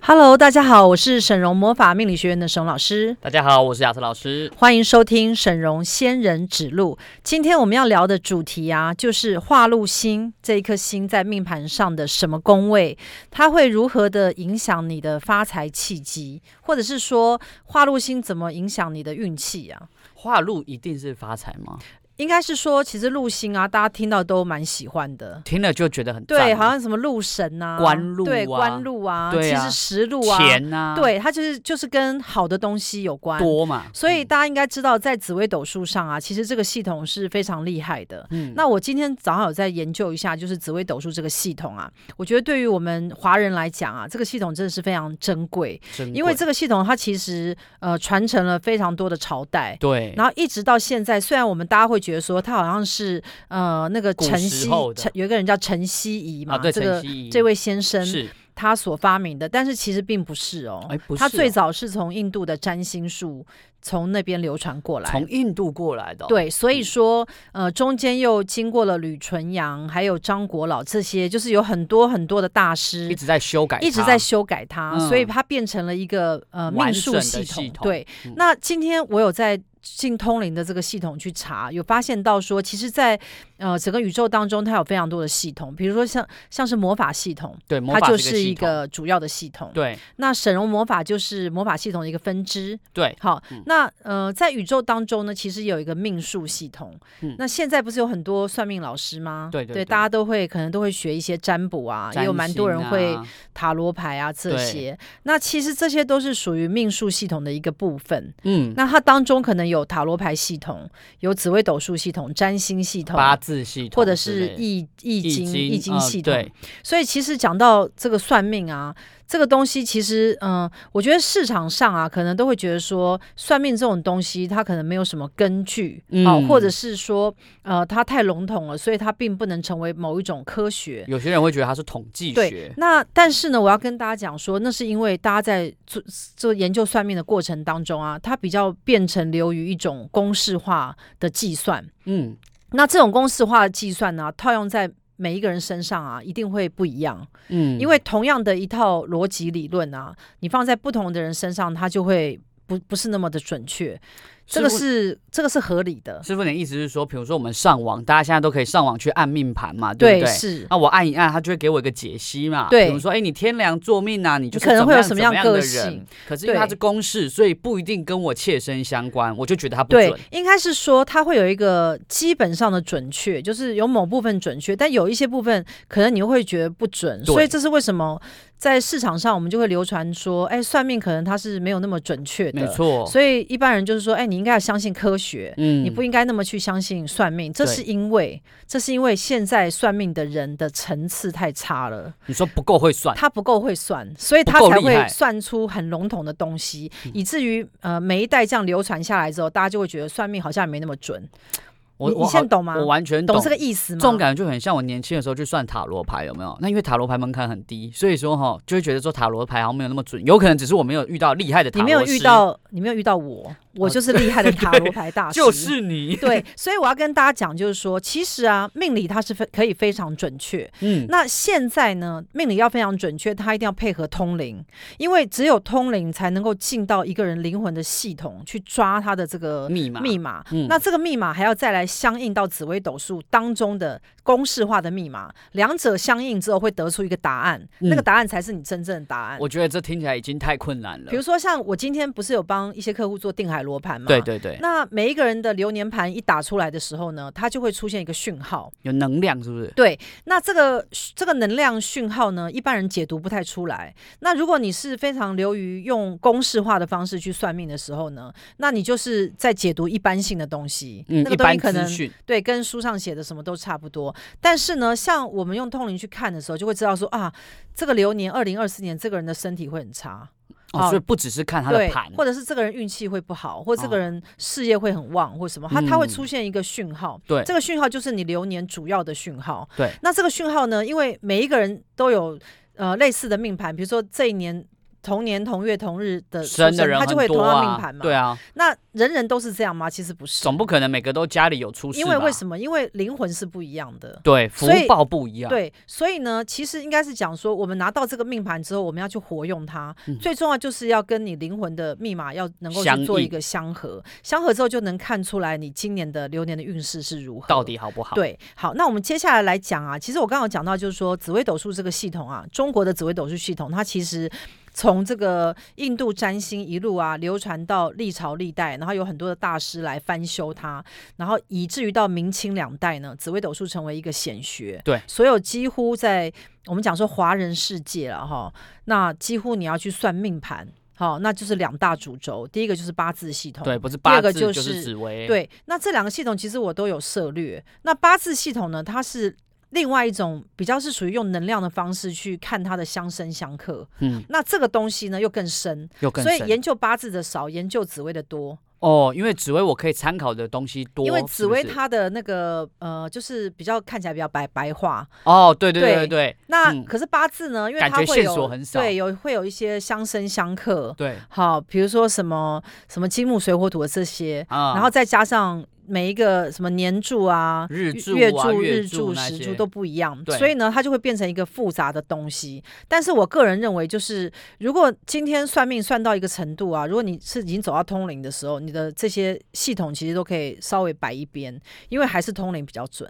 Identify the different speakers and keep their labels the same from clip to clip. Speaker 1: Hello，大家好，我是沈荣魔法命理学院的沈荣老师，
Speaker 2: 大家好，我是亚瑟老师。
Speaker 1: 欢迎收听沈荣仙人指路。今天我们要聊的主题啊，就是化禄星这一颗星在命盘上的什么宫位，它会如何的影响你的发财契机，或者是说化禄星怎么影响你的运气啊？
Speaker 2: 化禄一定是发财吗？
Speaker 1: 应该是说，其实禄星啊，大家听到都蛮喜欢的。
Speaker 2: 听了就觉得很
Speaker 1: 对，
Speaker 2: 赞
Speaker 1: 好像什么禄神呐、
Speaker 2: 官禄
Speaker 1: 对
Speaker 2: 啊
Speaker 1: 官禄啊，
Speaker 2: 对啊
Speaker 1: 其实食禄啊，
Speaker 2: 钱呐、
Speaker 1: 对，它就是就是跟好的东西有关。
Speaker 2: 多嘛，
Speaker 1: 啊
Speaker 2: 嗯
Speaker 1: 所以大家应该知道，在紫微斗数上啊，其实这个系统是非常厉害的。
Speaker 2: 嗯
Speaker 1: 那我今天早上有在研究一下，就是紫微斗数这个系统啊，我觉得对于我们华人来讲啊，这个系统真的是非常珍贵，
Speaker 2: 珍
Speaker 1: 因为
Speaker 2: 贵
Speaker 1: 这个系统它其实呃传承了非常多的朝代。
Speaker 2: 对，
Speaker 1: 然后一直到现在，虽然我们大家会觉得说它好像是呃那个
Speaker 2: 古
Speaker 1: 陈
Speaker 2: 时
Speaker 1: 希
Speaker 2: 候的
Speaker 1: 陈有一个人叫陈希仪嘛，
Speaker 2: 啊，对，
Speaker 1: 这
Speaker 2: 陈
Speaker 1: 个
Speaker 2: 希
Speaker 1: 这位先生
Speaker 2: 是
Speaker 1: 他所发明的，但是其实并不是哦。
Speaker 2: 哎，不是
Speaker 1: 他
Speaker 2: 哦、
Speaker 1: 最早是从印度的占星术从那边流传过来
Speaker 2: 从。印度过来的哦、
Speaker 1: 对，所以说，呃，中间又经过了吕纯阳，还有张国老这些，就是有很多很多的大师
Speaker 2: 一直在修改它，
Speaker 1: 一直在修改它，
Speaker 2: 嗯
Speaker 1: 所以它变成了一个呃命
Speaker 2: 完
Speaker 1: 数
Speaker 2: 整的
Speaker 1: 系统。
Speaker 2: 系统
Speaker 1: 对，
Speaker 2: 嗯
Speaker 1: 那今天我有在进通灵的这个系统去查，有发现到说，其实在，呃整个宇宙当中，它有非常多的系统，比如说像像是魔法系统，
Speaker 2: 对，魔
Speaker 1: 它
Speaker 2: 法
Speaker 1: 就
Speaker 2: 这
Speaker 1: 是一
Speaker 2: 系统
Speaker 1: 个主要的系统。
Speaker 2: 对
Speaker 1: 那沈容魔法就是魔法系统的一个分支。
Speaker 2: 对
Speaker 1: 好，
Speaker 2: 嗯
Speaker 1: 那呃，在宇宙当中呢，其实有一个命数系统。
Speaker 2: 嗯
Speaker 1: 那现在不是有很多算命老师吗？
Speaker 2: 对对对
Speaker 1: 大家都会可能都会学一些占卜啊，也有蛮多人会
Speaker 2: 占星啊
Speaker 1: 塔罗牌啊这
Speaker 2: 对
Speaker 1: 些。那其实这些都是属于命数系统的一个部分。
Speaker 2: 嗯
Speaker 1: 那它当中可能有塔罗牌系统，有紫微斗数系统、占星系统。
Speaker 2: 八字系统
Speaker 1: 啊或者
Speaker 2: 之类
Speaker 1: 是
Speaker 2: 的
Speaker 1: 易易
Speaker 2: 易
Speaker 1: 经易经
Speaker 2: 呃
Speaker 1: 系统，
Speaker 2: 对
Speaker 1: 所以其实讲到这个算命啊，这个东西其实，嗯、我觉得市场上啊，可能都会觉得说，算命这种东西它可能没有什么根据，好、
Speaker 2: 嗯
Speaker 1: 哦或者是说，呃，它太笼统了，所以它并不能成为某一种科学。
Speaker 2: 有些人会觉得它是统计
Speaker 1: 对
Speaker 2: 学，，
Speaker 1: 那但是呢，我要跟大家讲说，那是因为大家在做做研究算命的过程当中啊，它比较变成流于一种公式化的计算。
Speaker 2: 嗯，
Speaker 1: 那这种公式化的计算呢、套用在每一个人身上啊，一定会不一样。
Speaker 2: 嗯，
Speaker 1: 因为同样的一套逻辑理论啊，你放在不同的人身上，它就会不不是那么的准确。这个
Speaker 2: 师傅
Speaker 1: 是这个是合理的，
Speaker 2: 师傅，你的意思是说，比如说我们上网，大家现在都可以上网去按命盘嘛，不对？哦
Speaker 1: 是。
Speaker 2: 那我按一按，他就会给我一个解析嘛。
Speaker 1: 对
Speaker 2: 比如说，哎，你天梁坐命啊，你就是
Speaker 1: 可能会有什
Speaker 2: 怎
Speaker 1: 么
Speaker 2: 么
Speaker 1: 样
Speaker 2: 样的
Speaker 1: 个
Speaker 2: 人
Speaker 1: 性。
Speaker 2: 可是因为它
Speaker 1: 对
Speaker 2: 是公式，所以不一定跟我切身相关，我就觉得它不
Speaker 1: 对
Speaker 2: 准。，
Speaker 1: 应该是说它会有一个基本上的准确，就是有某部分准确，但有一些部分可能你会觉得不准，
Speaker 2: 对
Speaker 1: 所以这是为什么在市场上我们就会流传说，哎，算命可能它是没有那么准确的，
Speaker 2: 没。错。
Speaker 1: 所以一般人就是说，哎，你应该要相信科学，
Speaker 2: 嗯
Speaker 1: 你不应该那么去相信算命，这
Speaker 2: 对
Speaker 1: 是因为这是因为现在算命的人的层次太差了，
Speaker 2: 你说不够会算，
Speaker 1: 他不够会算，所以他
Speaker 2: 啊不够
Speaker 1: 才
Speaker 2: 厉
Speaker 1: 会
Speaker 2: 害嗯
Speaker 1: 算出很笼统的东西，以至于呃每一代这样流传下来之后，大家就会觉得算命好像也没那么准。
Speaker 2: 我
Speaker 1: 你你
Speaker 2: 我
Speaker 1: 现在
Speaker 2: 好
Speaker 1: 懂吗？
Speaker 2: 我完全
Speaker 1: 懂这个意思吗？
Speaker 2: 这种感觉就很像我年轻的时候去算塔罗牌，有没有？那因为塔罗牌门槛很低，所以说哈，就会觉得说塔罗牌好像没有那么准，有可能只是我没有遇到厉害的塔
Speaker 1: 你
Speaker 2: 罗
Speaker 1: 没有遇
Speaker 2: 师，
Speaker 1: 到，你没有遇到我，我
Speaker 2: 哦
Speaker 1: 就是厉害的塔罗牌大师。
Speaker 2: 就是你，
Speaker 1: 对，所以我要跟大家讲，就是说，其实啊，命理它是非可以非常准确，
Speaker 2: 嗯，
Speaker 1: 那现在呢，命理要非常准确，它一定要配合通灵，因为只有通灵才能够进到一个人灵魂的系统去抓他的这个
Speaker 2: 密码，
Speaker 1: 密码。
Speaker 2: 嗯
Speaker 1: 那这个密码还要再来相应到紫微斗数当中的公式化的密码，两者相应之后会得出一个答案，
Speaker 2: 嗯
Speaker 1: 那个答案才是你真正的答案。
Speaker 2: 我觉得这听起来已经太困难了
Speaker 1: 比。如说，像我今天不是有帮一些客户做定海罗盘嘛？
Speaker 2: 对。对对，
Speaker 1: 那每一个人的流年盘一打出来的时候呢，它就会出现一个讯号，
Speaker 2: 有能量是不是？
Speaker 1: 对，那这个这个能量讯号呢，一般人解读不太出来。那如果你是非常流于用公式化的方式去算命的时候呢，那你就是在解读一般性的东西，
Speaker 2: 嗯，
Speaker 1: 那个
Speaker 2: 一
Speaker 1: 东西
Speaker 2: 般
Speaker 1: 可
Speaker 2: 资
Speaker 1: 能
Speaker 2: 讯，
Speaker 1: 对跟书上写的什么都差不多。但是呢，像我们用通灵去看的时候，就会知道说啊，这个流年二零二四年这个人的身体会很差。
Speaker 2: 哦，
Speaker 1: 哦
Speaker 2: 所以不只是看他的
Speaker 1: 对
Speaker 2: 盘，，
Speaker 1: 或者是这个人运气会不好，或这个
Speaker 2: 哦
Speaker 1: 人事业会很旺，或什么，他他会
Speaker 2: 嗯
Speaker 1: 出现一个讯号。
Speaker 2: 对
Speaker 1: 这个讯号就是你流年主要的讯号。
Speaker 2: 对，
Speaker 1: 那这个讯号呢，因为每一个人都有呃类似的命盘，比如说这一年。同年同月同日的出
Speaker 2: 生的人
Speaker 1: 他
Speaker 2: 很
Speaker 1: 就会同
Speaker 2: 多
Speaker 1: 样
Speaker 2: 啊
Speaker 1: 命盘，嘛。
Speaker 2: 对啊，
Speaker 1: 那人人都是这样吗？其实不是，
Speaker 2: 总不可能每个都家里有出事吧，
Speaker 1: 因为为什么？因为灵魂是不一样的。
Speaker 2: 对福
Speaker 1: 所以
Speaker 2: 报不一样，
Speaker 1: 对，所以呢，其实应该是讲说，我们拿到这个命盘之后，我们要去活用它。
Speaker 2: 嗯
Speaker 1: 最重要就是要跟你灵魂的密码要能够
Speaker 2: 相
Speaker 1: 去做一
Speaker 2: 应
Speaker 1: 个相合，相合之后就能看出来你今年的流年的运势是如何。
Speaker 2: 到底好不好？
Speaker 1: 对，好，那我们接下来来讲啊，其实我刚刚有讲到，就是说紫微斗数这个系统啊，中国的紫微斗数系统，它其实。从这个印度占星一路啊流传到历朝历代，然后有很多的大师来翻修它，然后以至于到明清两代呢，紫微斗数成为一个显学。
Speaker 2: 对
Speaker 1: 所有几乎在我们讲说华人世界了哈，那几乎你要去算命盘，好，那就是两大主轴，第一个就是八字系统，
Speaker 2: 对，不是八
Speaker 1: 个
Speaker 2: 字
Speaker 1: 就
Speaker 2: 就是
Speaker 1: 是
Speaker 2: 紫薇，，
Speaker 1: 对，那这两个系统其实我都有涉略。那八字系统呢，它是另外一种比较是属于用能量的方式去看它的相生相克。
Speaker 2: 嗯，
Speaker 1: 那这个东西呢又更深，
Speaker 2: 又更
Speaker 1: 所以
Speaker 2: 深
Speaker 1: 研究八字的少，研究紫薇的多，
Speaker 2: 哦，因为紫薇我可以参考的东西多，
Speaker 1: 因为
Speaker 2: 是
Speaker 1: 紫
Speaker 2: 不
Speaker 1: 薇
Speaker 2: 是
Speaker 1: 它的那个呃，就是比较看起来比较白白话。
Speaker 2: 哦，对对对
Speaker 1: 对
Speaker 2: 对对
Speaker 1: 那、
Speaker 2: 嗯
Speaker 1: 可是八字呢，因为
Speaker 2: 感
Speaker 1: 它
Speaker 2: 觉
Speaker 1: 会
Speaker 2: 线
Speaker 1: 有
Speaker 2: 索很少
Speaker 1: 对，有会有一些相生相克。
Speaker 2: 对
Speaker 1: 好，比如说什么什么金木水火土的这些，
Speaker 2: 啊，
Speaker 1: 然后再加上每一个什么年柱啊、
Speaker 2: 日柱啊
Speaker 1: 月柱、
Speaker 2: 月
Speaker 1: 日
Speaker 2: 柱
Speaker 1: 柱、
Speaker 2: 那
Speaker 1: 时
Speaker 2: 些
Speaker 1: 柱都不一样，
Speaker 2: 对
Speaker 1: 所以呢，它就会变成一个复杂的东西。但是我个人认为，就是如果今天算命算到一个程度啊，如果你是已经走到通灵的时候，你的这些系统其实都可以稍微摆一边，因为还是通灵比较准。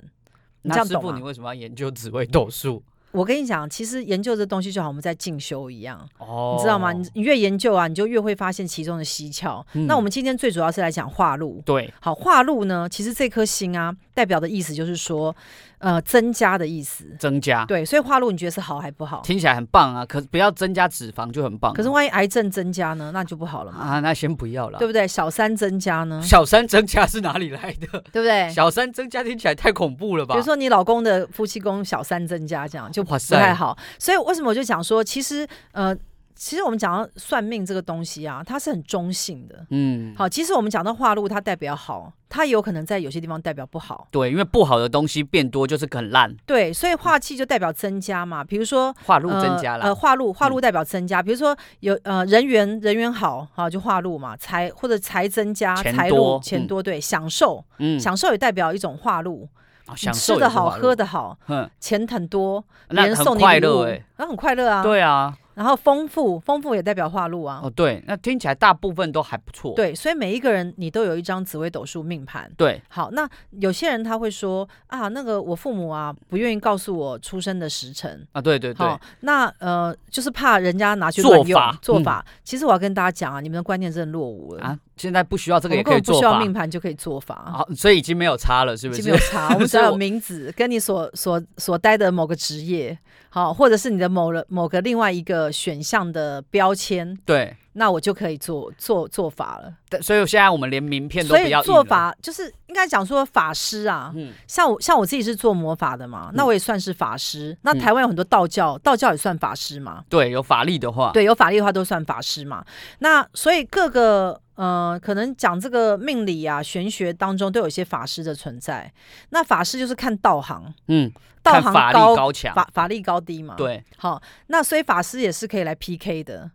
Speaker 1: 你这
Speaker 2: 那
Speaker 1: 样
Speaker 2: 师
Speaker 1: 懂
Speaker 2: 傅
Speaker 1: 吗
Speaker 2: 你？为什么要研究紫薇斗数？
Speaker 1: 我跟你讲，其实研究这东西就好，我们在进修一样，
Speaker 2: 哦，
Speaker 1: 你知道吗？你你越研究啊，你就越会发现其中的蹊跷。
Speaker 2: 嗯
Speaker 1: 那我们今天最主要是来讲化路。
Speaker 2: 对
Speaker 1: 好，化禄呢，其实这颗星啊，代表的意思就是说，呃，增加的意思。
Speaker 2: 增加，
Speaker 1: 对，所以化禄你觉得是好还不好？
Speaker 2: 听起来很棒啊，可不要增加脂肪就很棒啊。
Speaker 1: 可是万一癌症增加呢，那就不好了嘛，
Speaker 2: 啊，那先不要了
Speaker 1: 对。不对？小三增加呢，
Speaker 2: 小三增加是哪里来的？
Speaker 1: 对不对？
Speaker 2: 小三增加听起来太恐怖了吧？哦
Speaker 1: 比如说你老公的夫妻宫小三增加，这样就
Speaker 2: 哇
Speaker 1: 不
Speaker 2: 塞
Speaker 1: 太好。所以为什么我就讲说，其实呃，其实我们讲到算命这个东西啊，它是很中性的。
Speaker 2: 嗯，
Speaker 1: 好，其实我们讲到化禄，它代表好，它也有可能在有些地方代表不好。
Speaker 2: 对，因为不好的东西变多就是很烂，
Speaker 1: 对，所以
Speaker 2: 嗯
Speaker 1: 化气就代表增加嘛。比如说
Speaker 2: 化路增加嗯
Speaker 1: 呃，
Speaker 2: 了。
Speaker 1: 呃化禄化禄代表增加，比如说有呃人缘人缘好，好、就化禄嘛，财或者财增加，
Speaker 2: 钱
Speaker 1: 财
Speaker 2: 多
Speaker 1: 路
Speaker 2: 嗯
Speaker 1: 钱多，对，享受、
Speaker 2: 嗯，
Speaker 1: 享受也代表一种化禄，
Speaker 2: 啊
Speaker 1: 你
Speaker 2: 享
Speaker 1: 吃
Speaker 2: 受
Speaker 1: 的好，喝
Speaker 2: 的，
Speaker 1: 的好，
Speaker 2: 嗯，
Speaker 1: 钱很多，别
Speaker 2: 那
Speaker 1: 人
Speaker 2: 很
Speaker 1: 送你
Speaker 2: 快
Speaker 1: 礼
Speaker 2: 乐
Speaker 1: 物，
Speaker 2: 哎。
Speaker 1: 那很快乐啊。，
Speaker 2: 对啊，
Speaker 1: 然后丰富丰富也代表化禄啊。
Speaker 2: 哦对，那听起来大部分都还不错。
Speaker 1: 对，所以每一个人你都有一张紫微斗数命盘。
Speaker 2: 对，
Speaker 1: 好，那有些人他会说啊，那个我父母啊不愿意告诉我出生的时辰，
Speaker 2: 啊对对对
Speaker 1: 好，，那呃，就是怕人家拿去
Speaker 2: 做
Speaker 1: 乱用
Speaker 2: 法
Speaker 1: 做
Speaker 2: 嗯
Speaker 1: 法。其实我要跟大家讲啊，你们的观念真的落伍了。
Speaker 2: 啊，现在不需要这
Speaker 1: 我
Speaker 2: 个
Speaker 1: 们
Speaker 2: 也
Speaker 1: 根
Speaker 2: 可以
Speaker 1: 本不
Speaker 2: 做
Speaker 1: 需要
Speaker 2: 法
Speaker 1: 命，盘就可以做法，啊
Speaker 2: 好，所以已经没有差了，是不
Speaker 1: 已
Speaker 2: 是
Speaker 1: 经没有？差。 我们只
Speaker 2: 所以
Speaker 1: 要有
Speaker 2: 我
Speaker 1: 名字，跟你所所所待的某个职业，好，或者是你的某了某个另外一个选项的标签，
Speaker 2: 对，
Speaker 1: 那我就可以做做做法了。
Speaker 2: 但所以现在我们连名片都
Speaker 1: 所
Speaker 2: 不
Speaker 1: 以
Speaker 2: 要印
Speaker 1: 做
Speaker 2: 了，
Speaker 1: 法就是应该讲说法师啊，
Speaker 2: 嗯，
Speaker 1: 像我像我自己是做魔法的嘛，那
Speaker 2: 嗯
Speaker 1: 我也算是法师。那
Speaker 2: 嗯
Speaker 1: 台湾有很多道教，道教也算法师嘛。
Speaker 2: 对，有法力的话，
Speaker 1: 对，有法律的话都算法师嘛。那所以各个呃，可能讲这个命理啊、玄学当中都有一些法师的存在。那法师就是看道行，
Speaker 2: 嗯，
Speaker 1: 道
Speaker 2: 看
Speaker 1: 行
Speaker 2: 法力
Speaker 1: 高
Speaker 2: 高强，
Speaker 1: 法法力高低嘛。，
Speaker 2: 对，
Speaker 1: 好，那所以法师也是可以来 PK 的。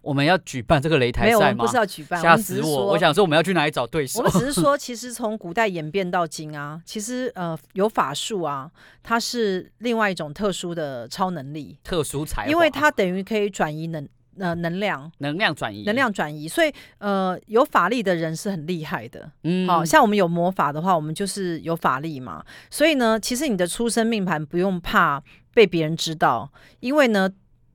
Speaker 2: 我们要举办这个擂
Speaker 1: 没
Speaker 2: 台
Speaker 1: 有，我
Speaker 2: 赛
Speaker 1: 们
Speaker 2: 吗
Speaker 1: 不？是要举办，
Speaker 2: 吓
Speaker 1: 我们只
Speaker 2: 死
Speaker 1: 是
Speaker 2: 我！
Speaker 1: 说，
Speaker 2: 我想说我们要去哪里找对
Speaker 1: 我
Speaker 2: 手
Speaker 1: 们？只是说，其实从古代演变到今啊，其实呃，有法术啊，它是另外一种特殊的超能力，
Speaker 2: 特殊才华，
Speaker 1: 因为它等于可以转移能呃能量。
Speaker 2: 能量转移，
Speaker 1: 能，量转移，所以呃，有法力的人是很厉害的。
Speaker 2: 嗯
Speaker 1: 好、像我们有魔法的话，我们就是有法力嘛。所以呢，其实你的出生命盘不用怕被别人知道，因为呢，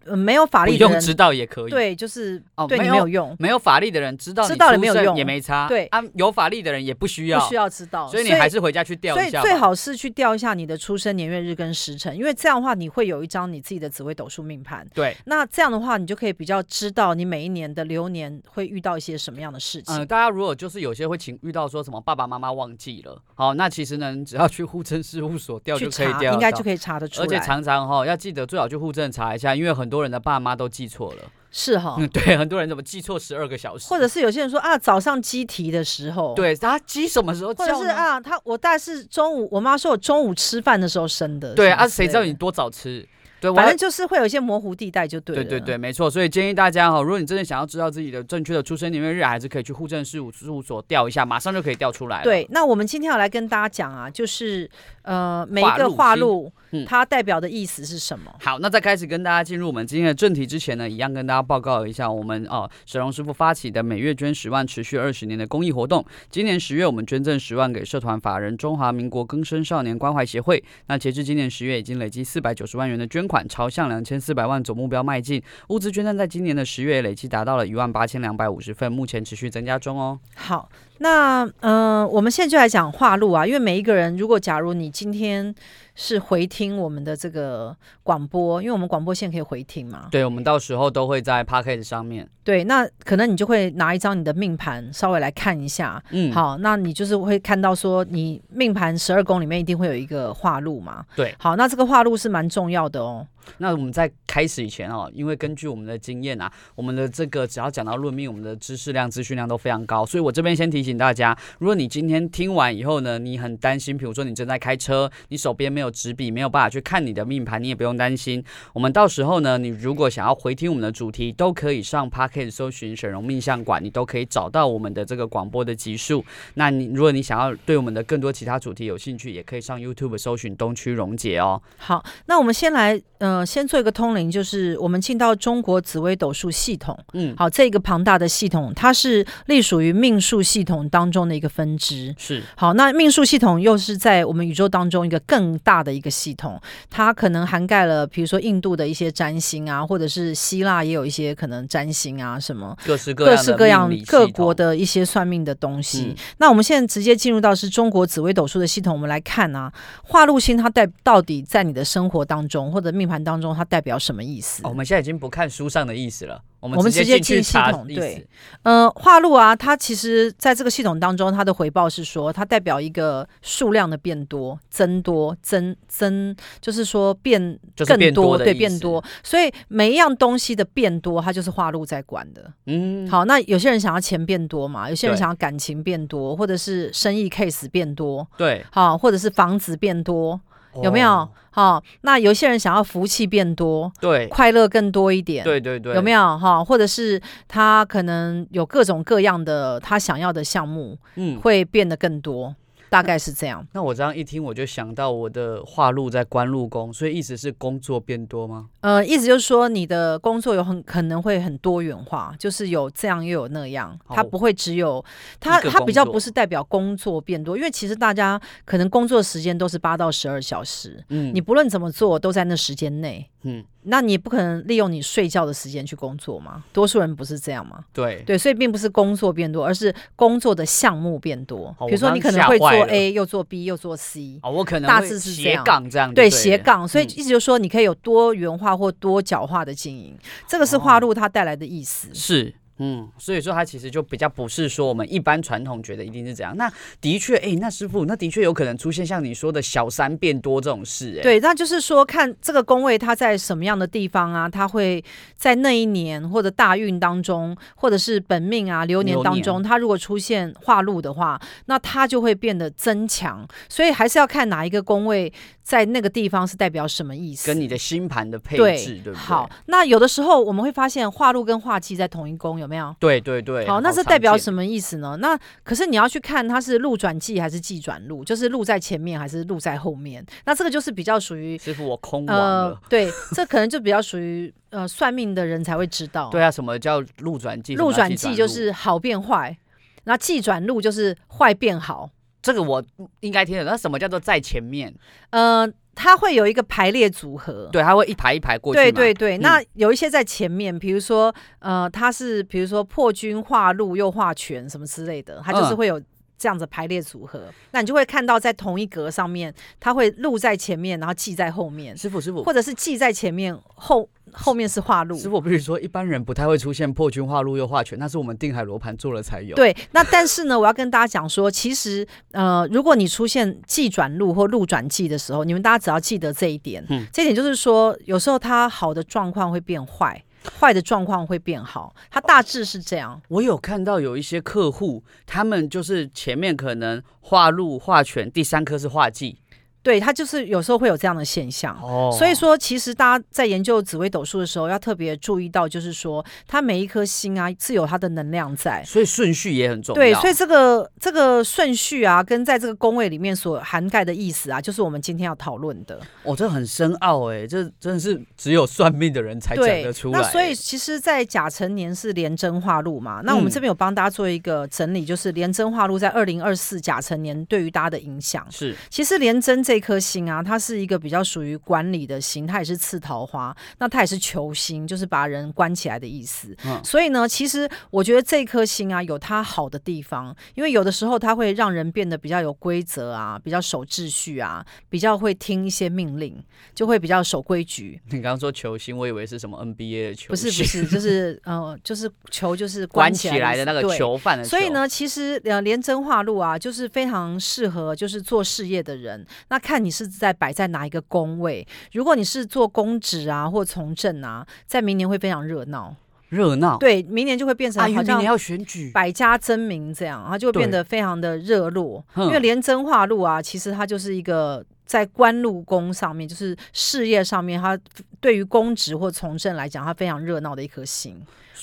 Speaker 1: 呃、没有法
Speaker 2: 不
Speaker 1: 力的
Speaker 2: 用知
Speaker 1: 人，
Speaker 2: 道也可以，，
Speaker 1: 对，就是
Speaker 2: 哦
Speaker 1: 对你
Speaker 2: 没
Speaker 1: 没
Speaker 2: 有
Speaker 1: 有用，
Speaker 2: 没有法力的人知道
Speaker 1: 知道了
Speaker 2: 你
Speaker 1: 没有
Speaker 2: 出生
Speaker 1: 用
Speaker 2: 也没差，
Speaker 1: 对
Speaker 2: 啊，有法力的人也不需要
Speaker 1: 不，需要知道。
Speaker 2: 所以你还是回家去调
Speaker 1: 所
Speaker 2: 一
Speaker 1: 以
Speaker 2: 下吧，
Speaker 1: 最好是去调一下你的出生年月日跟时辰，因为这样的话你会有一张你自己的紫微斗数命盘。
Speaker 2: 对。
Speaker 1: 那这样的话，你就可以比较知道你每一年的流年会遇到一些什么样的事情。
Speaker 2: 嗯、大家如果就是有些会请遇到说什么爸爸妈妈忘记了，好，那其实呢，你只要去户政事务所调
Speaker 1: 去
Speaker 2: 就可以
Speaker 1: 查
Speaker 2: 调得
Speaker 1: 应该
Speaker 2: 到
Speaker 1: 就可以查得出来，
Speaker 2: 而且常常哈、要记得最好去户政查一下，因为很多人的爸妈都记错了。
Speaker 1: 是哈、
Speaker 2: 嗯，对，很多人怎么记错十二个小时，
Speaker 1: 哦或者是有些人说啊，早上鸡啼的时候，，
Speaker 2: 对他鸡什么时候
Speaker 1: 或者
Speaker 2: 叫
Speaker 1: 是
Speaker 2: 呢？
Speaker 1: 啊，他我大概是中午，我妈说我中午吃饭的时候生的，
Speaker 2: 对
Speaker 1: 什么
Speaker 2: 啊，
Speaker 1: 之
Speaker 2: 谁
Speaker 1: 类
Speaker 2: 知道
Speaker 1: 的
Speaker 2: 你多早吃？对，我
Speaker 1: 反正就是会有一些模糊地带就对了。
Speaker 2: 对对对，没错。所以建议大家哈、如果你真的想要知道自己的正确的出生年月日，还是可以去户政事务事务所调一下，马上就可以调出来了。
Speaker 1: 对，那我们今天要来跟大家讲啊，就是呃，每一
Speaker 2: 画
Speaker 1: 个
Speaker 2: 路
Speaker 1: 画
Speaker 2: 星
Speaker 1: 路
Speaker 2: 嗯
Speaker 1: 它代表的意思是什么？
Speaker 2: 好，那在开始跟大家进入我们今天的正题之前呢，一样跟大家报告一下我们哦沈荣师傅发起的每月捐十万、持续二十年的公益活动。今年十月，我们捐赠十万给社团法人中华民国更生少年关怀协会。那截至今年十月，已经累积四百九十万元的捐款，朝向两千四百万总目标迈进。物资捐赠在今年的十月累计达到了一万八千两百五十份，目前持续增加中哦。
Speaker 1: 好，那呃，我们现在就来讲话路啊，因为每一个人，如果假如你今天是回听我们的这个广播，因为我们广播线可以回听嘛，
Speaker 2: 对，我们到时候都会在 p a c k a g e 上面。
Speaker 1: 对，那可能你就会拿一张你的命盘稍微来看一下。
Speaker 2: 嗯，，
Speaker 1: 好，那你就是会看到说，你命盘十二宫里面一定会有一个化禄嘛？
Speaker 2: 对
Speaker 1: 好，那这个化禄是蛮重要的哦。
Speaker 2: 那我们在开始以前哦，因为根据我们的经验啊，我们的这个只要讲到论命，我们的知识量、资讯量都非常高，所以我这边先提醒大家，如果你今天听完以后呢，你很担心，比如说你正在开车，你手边没有纸笔，没有办法去看你的命盘，你也不用担心。我们到时候呢，你如果想要回听我们的主题，都可以上 p a c k e t 搜寻“沈荣命相馆”，你都可以找到我们的这个广播的集数。那你如果你想要对我们的更多其他主题有兴趣，也可以上 YouTube 搜寻“东区荣姐”哦。
Speaker 1: 好，那我们先来，呃，先做一个通灵，就是我们进到中国紫微斗数系统。
Speaker 2: 嗯，
Speaker 1: 好，这个庞大的系统，它是隶属于命数系统当中的一个分支。
Speaker 2: 是。
Speaker 1: 好，那命数系统又是在我们宇宙当中一个更大的一个系统，它可能涵盖了，比如说印度的一些占星啊，或者是希腊也有一些可能占星啊什么，
Speaker 2: 各式各
Speaker 1: 各
Speaker 2: 样的
Speaker 1: 式各样
Speaker 2: 命理系
Speaker 1: 各
Speaker 2: 统
Speaker 1: 国的一些算命的东西。
Speaker 2: 嗯
Speaker 1: 那我们现在直接进入到是中国紫微斗数的系统，我们来看啊，化禄星它代到底在你的生活当中或者命盘当中它代表什么意思？
Speaker 2: 哦我们现在已经不看书上的意思了，我们
Speaker 1: 我们直接
Speaker 2: 进
Speaker 1: 进
Speaker 2: 去
Speaker 1: 系
Speaker 2: 查
Speaker 1: 统
Speaker 2: 意
Speaker 1: 对
Speaker 2: 思。
Speaker 1: 呃，化禄啊，它其实在这个系统当中，它的回报是说，它代表一个数量的变多、增多、增增，就是说变
Speaker 2: 就是
Speaker 1: 更
Speaker 2: 变多的
Speaker 1: 对，
Speaker 2: 意
Speaker 1: 变
Speaker 2: 思
Speaker 1: 多。所以每一样东西的变多，它就是化禄在管的。
Speaker 2: 嗯，
Speaker 1: 好，那有些人想要钱变多嘛，有些人
Speaker 2: 对
Speaker 1: 想要感情变多，或者是生意 case 变多，
Speaker 2: 对，
Speaker 1: 好，或者是房子变多，有没有
Speaker 2: 哦？？
Speaker 1: 好、那有些人想要福气变多，
Speaker 2: 对，
Speaker 1: 快乐更多一点，
Speaker 2: 对对对，
Speaker 1: 有没
Speaker 2: 有？
Speaker 1: 有哈？或者是他可能有各种各样的他想要的项目
Speaker 2: 嗯，
Speaker 1: 会变得更多，大概是这样。
Speaker 2: 那我这样一听，我就想到我的话路在官禄宫，所以意思是工作变多吗？
Speaker 1: 呃，意思就是说你的工作有很可能会很多元化，就是有这样又有那样，它
Speaker 2: 好
Speaker 1: 不会只有它
Speaker 2: 一个
Speaker 1: 它比较
Speaker 2: 工作
Speaker 1: 不是代表工作变多，因为其实大家可能工作时间都是八到十二小时，
Speaker 2: 嗯，
Speaker 1: 你不论怎么做都在那时间内。
Speaker 2: 嗯，
Speaker 1: 那你不可能利用你睡觉的时间去工作嘛？多数人不是这样嘛？
Speaker 2: 对，
Speaker 1: 对，所以并不是工作变多，而是工作的项目变多
Speaker 2: 好。
Speaker 1: 比如说
Speaker 2: 我
Speaker 1: 你可
Speaker 2: 刚刚
Speaker 1: 能会做
Speaker 2: 吓坏了
Speaker 1: A，又做 B，又做 C。
Speaker 2: 哦，我可能
Speaker 1: 大
Speaker 2: 会
Speaker 1: 致是这
Speaker 2: 斜
Speaker 1: 样
Speaker 2: 杠这样就
Speaker 1: 对
Speaker 2: 对，
Speaker 1: 斜。杠，所以
Speaker 2: 嗯
Speaker 1: 意思就是说，你可以有多元化或多角化的经营，这个是花路它带来的意思。
Speaker 2: 哦是。嗯，所以说它其实就比较不是说我们一般传统觉得一定是怎样。那的确，哎、那师傅，那的确有可能出现像你说的小三变多这种事、诶
Speaker 1: 对，那就是说，看这个宫位它在什么样的地方啊，它会在那一年或者大运当中，或者是本命啊流年
Speaker 2: 流
Speaker 1: 当
Speaker 2: 年
Speaker 1: 中，它如果出现化禄的话，那它就会变得增强。所以还是要看哪一个宫位在那个地方是代表什么意思，
Speaker 2: 跟你的星盘的配
Speaker 1: 对
Speaker 2: 置，对不对？
Speaker 1: 好，，那有的时候我们会发现化禄跟化忌在同一宫，有没有？
Speaker 2: 对对对。
Speaker 1: 好，那这代表
Speaker 2: 么？
Speaker 1: 什么意思呢？那可是你要去看它是路转忌还是忌转路，就是路在前面还是路在后面？那这个就是比较属于
Speaker 2: 师傅，我空亡
Speaker 1: 呃
Speaker 2: 了。，
Speaker 1: 对，这可能就比较属于呃算命的人才会知道。
Speaker 2: 对，啊，什么叫路转记？
Speaker 1: 呃路
Speaker 2: 什么
Speaker 1: 转
Speaker 2: 叫
Speaker 1: 忌
Speaker 2: 记
Speaker 1: 就是好变坏，然后忌转路就是坏变好。
Speaker 2: 这个我应该听得懂。那什么叫做在前面？
Speaker 1: 呃，它会有一个排列组合。
Speaker 2: 对，它会一排一排过去嘛。
Speaker 1: 哦对对对，
Speaker 2: 嗯
Speaker 1: 那有一些在前面，比如说呃，它是比如说破军化禄又化权什么之类的，它就是
Speaker 2: 嗯
Speaker 1: 会有这样子排列组合。那你就会看到在同一格上面，它会禄在前面，然后忌在后面，
Speaker 2: 师傅师傅
Speaker 1: 或者是忌在前面，后后面是化禄
Speaker 2: 师。傅，我必须说，一般人不太会出现破军化路又化权，那是我们定海罗盘做了才有。，
Speaker 1: 对，那但是呢，我要跟大家讲说，其实呃，如果你出现忌转禄或禄转忌的时候，你们大家只要记得这一点，
Speaker 2: 嗯
Speaker 1: 这一点就是说，有时候它好的状况会变坏，坏的状况会变好，它大致是这样。
Speaker 2: 我有看到有一些客户，他们就是前面可能化路化权，第三颗是化忌，
Speaker 1: 对，它就是有时候会有这样的现象。
Speaker 2: 哦
Speaker 1: 所以说，其实大家在研究紫微斗数的时候，要特别注意到，就是说它每一颗星啊是有它的能量在。
Speaker 2: 所以顺序也很重要。
Speaker 1: 对，所以这个这个顺序啊，跟在这个宫位里面所涵盖的意思啊，就是我们今天要讨论的。
Speaker 2: 哦，这很深奥哎，这真的是只有算命的人才讲
Speaker 1: 对
Speaker 2: 得出，来。欸
Speaker 1: 那所以其实，在甲辰年是廉贞化禄嘛，那我们
Speaker 2: 嗯
Speaker 1: 这边有帮大家做一个整理，就是廉贞化禄在二零二四甲辰年对于大家的影响。
Speaker 2: 是
Speaker 1: 其实廉贞这颗星啊，它是一个比较属于管理的星，它也是刺桃花，那它也是囚星，就是把人关起来的意思。
Speaker 2: 嗯
Speaker 1: 所以呢，其实我觉得这颗星啊有它好的地方，因为有的时候它会让人变得比较有规则啊，比较守秩序啊，比较会听一些命令，就会比较守规矩。
Speaker 2: 你刚刚说球星，我以为是什么 NBA 的球星，
Speaker 1: 不是不是，就是呃，就是球就是
Speaker 2: 关
Speaker 1: 起
Speaker 2: 起来的那
Speaker 1: 意
Speaker 2: 个
Speaker 1: 思对
Speaker 2: 囚犯的球。
Speaker 1: 所以，呢，其实呃，连真化路啊，就是非常适合就是做事业的人。那看你是在摆在哪一个宫位，如果你是做公职啊或从政啊，在明年会非常热闹。
Speaker 2: 热闹
Speaker 1: 对，明年就会变成
Speaker 2: 哦啊，因为
Speaker 1: 好
Speaker 2: 明
Speaker 1: 像
Speaker 2: 年要选举，
Speaker 1: 百家争鸣这样，它就会变
Speaker 2: 对嗯
Speaker 1: 得非常的热络。
Speaker 2: 哼
Speaker 1: 因为连真化路啊，其实它就是一个。在官禄宫上面，就是事业上面，它对于公职或从政来讲，它非常热闹的一颗星。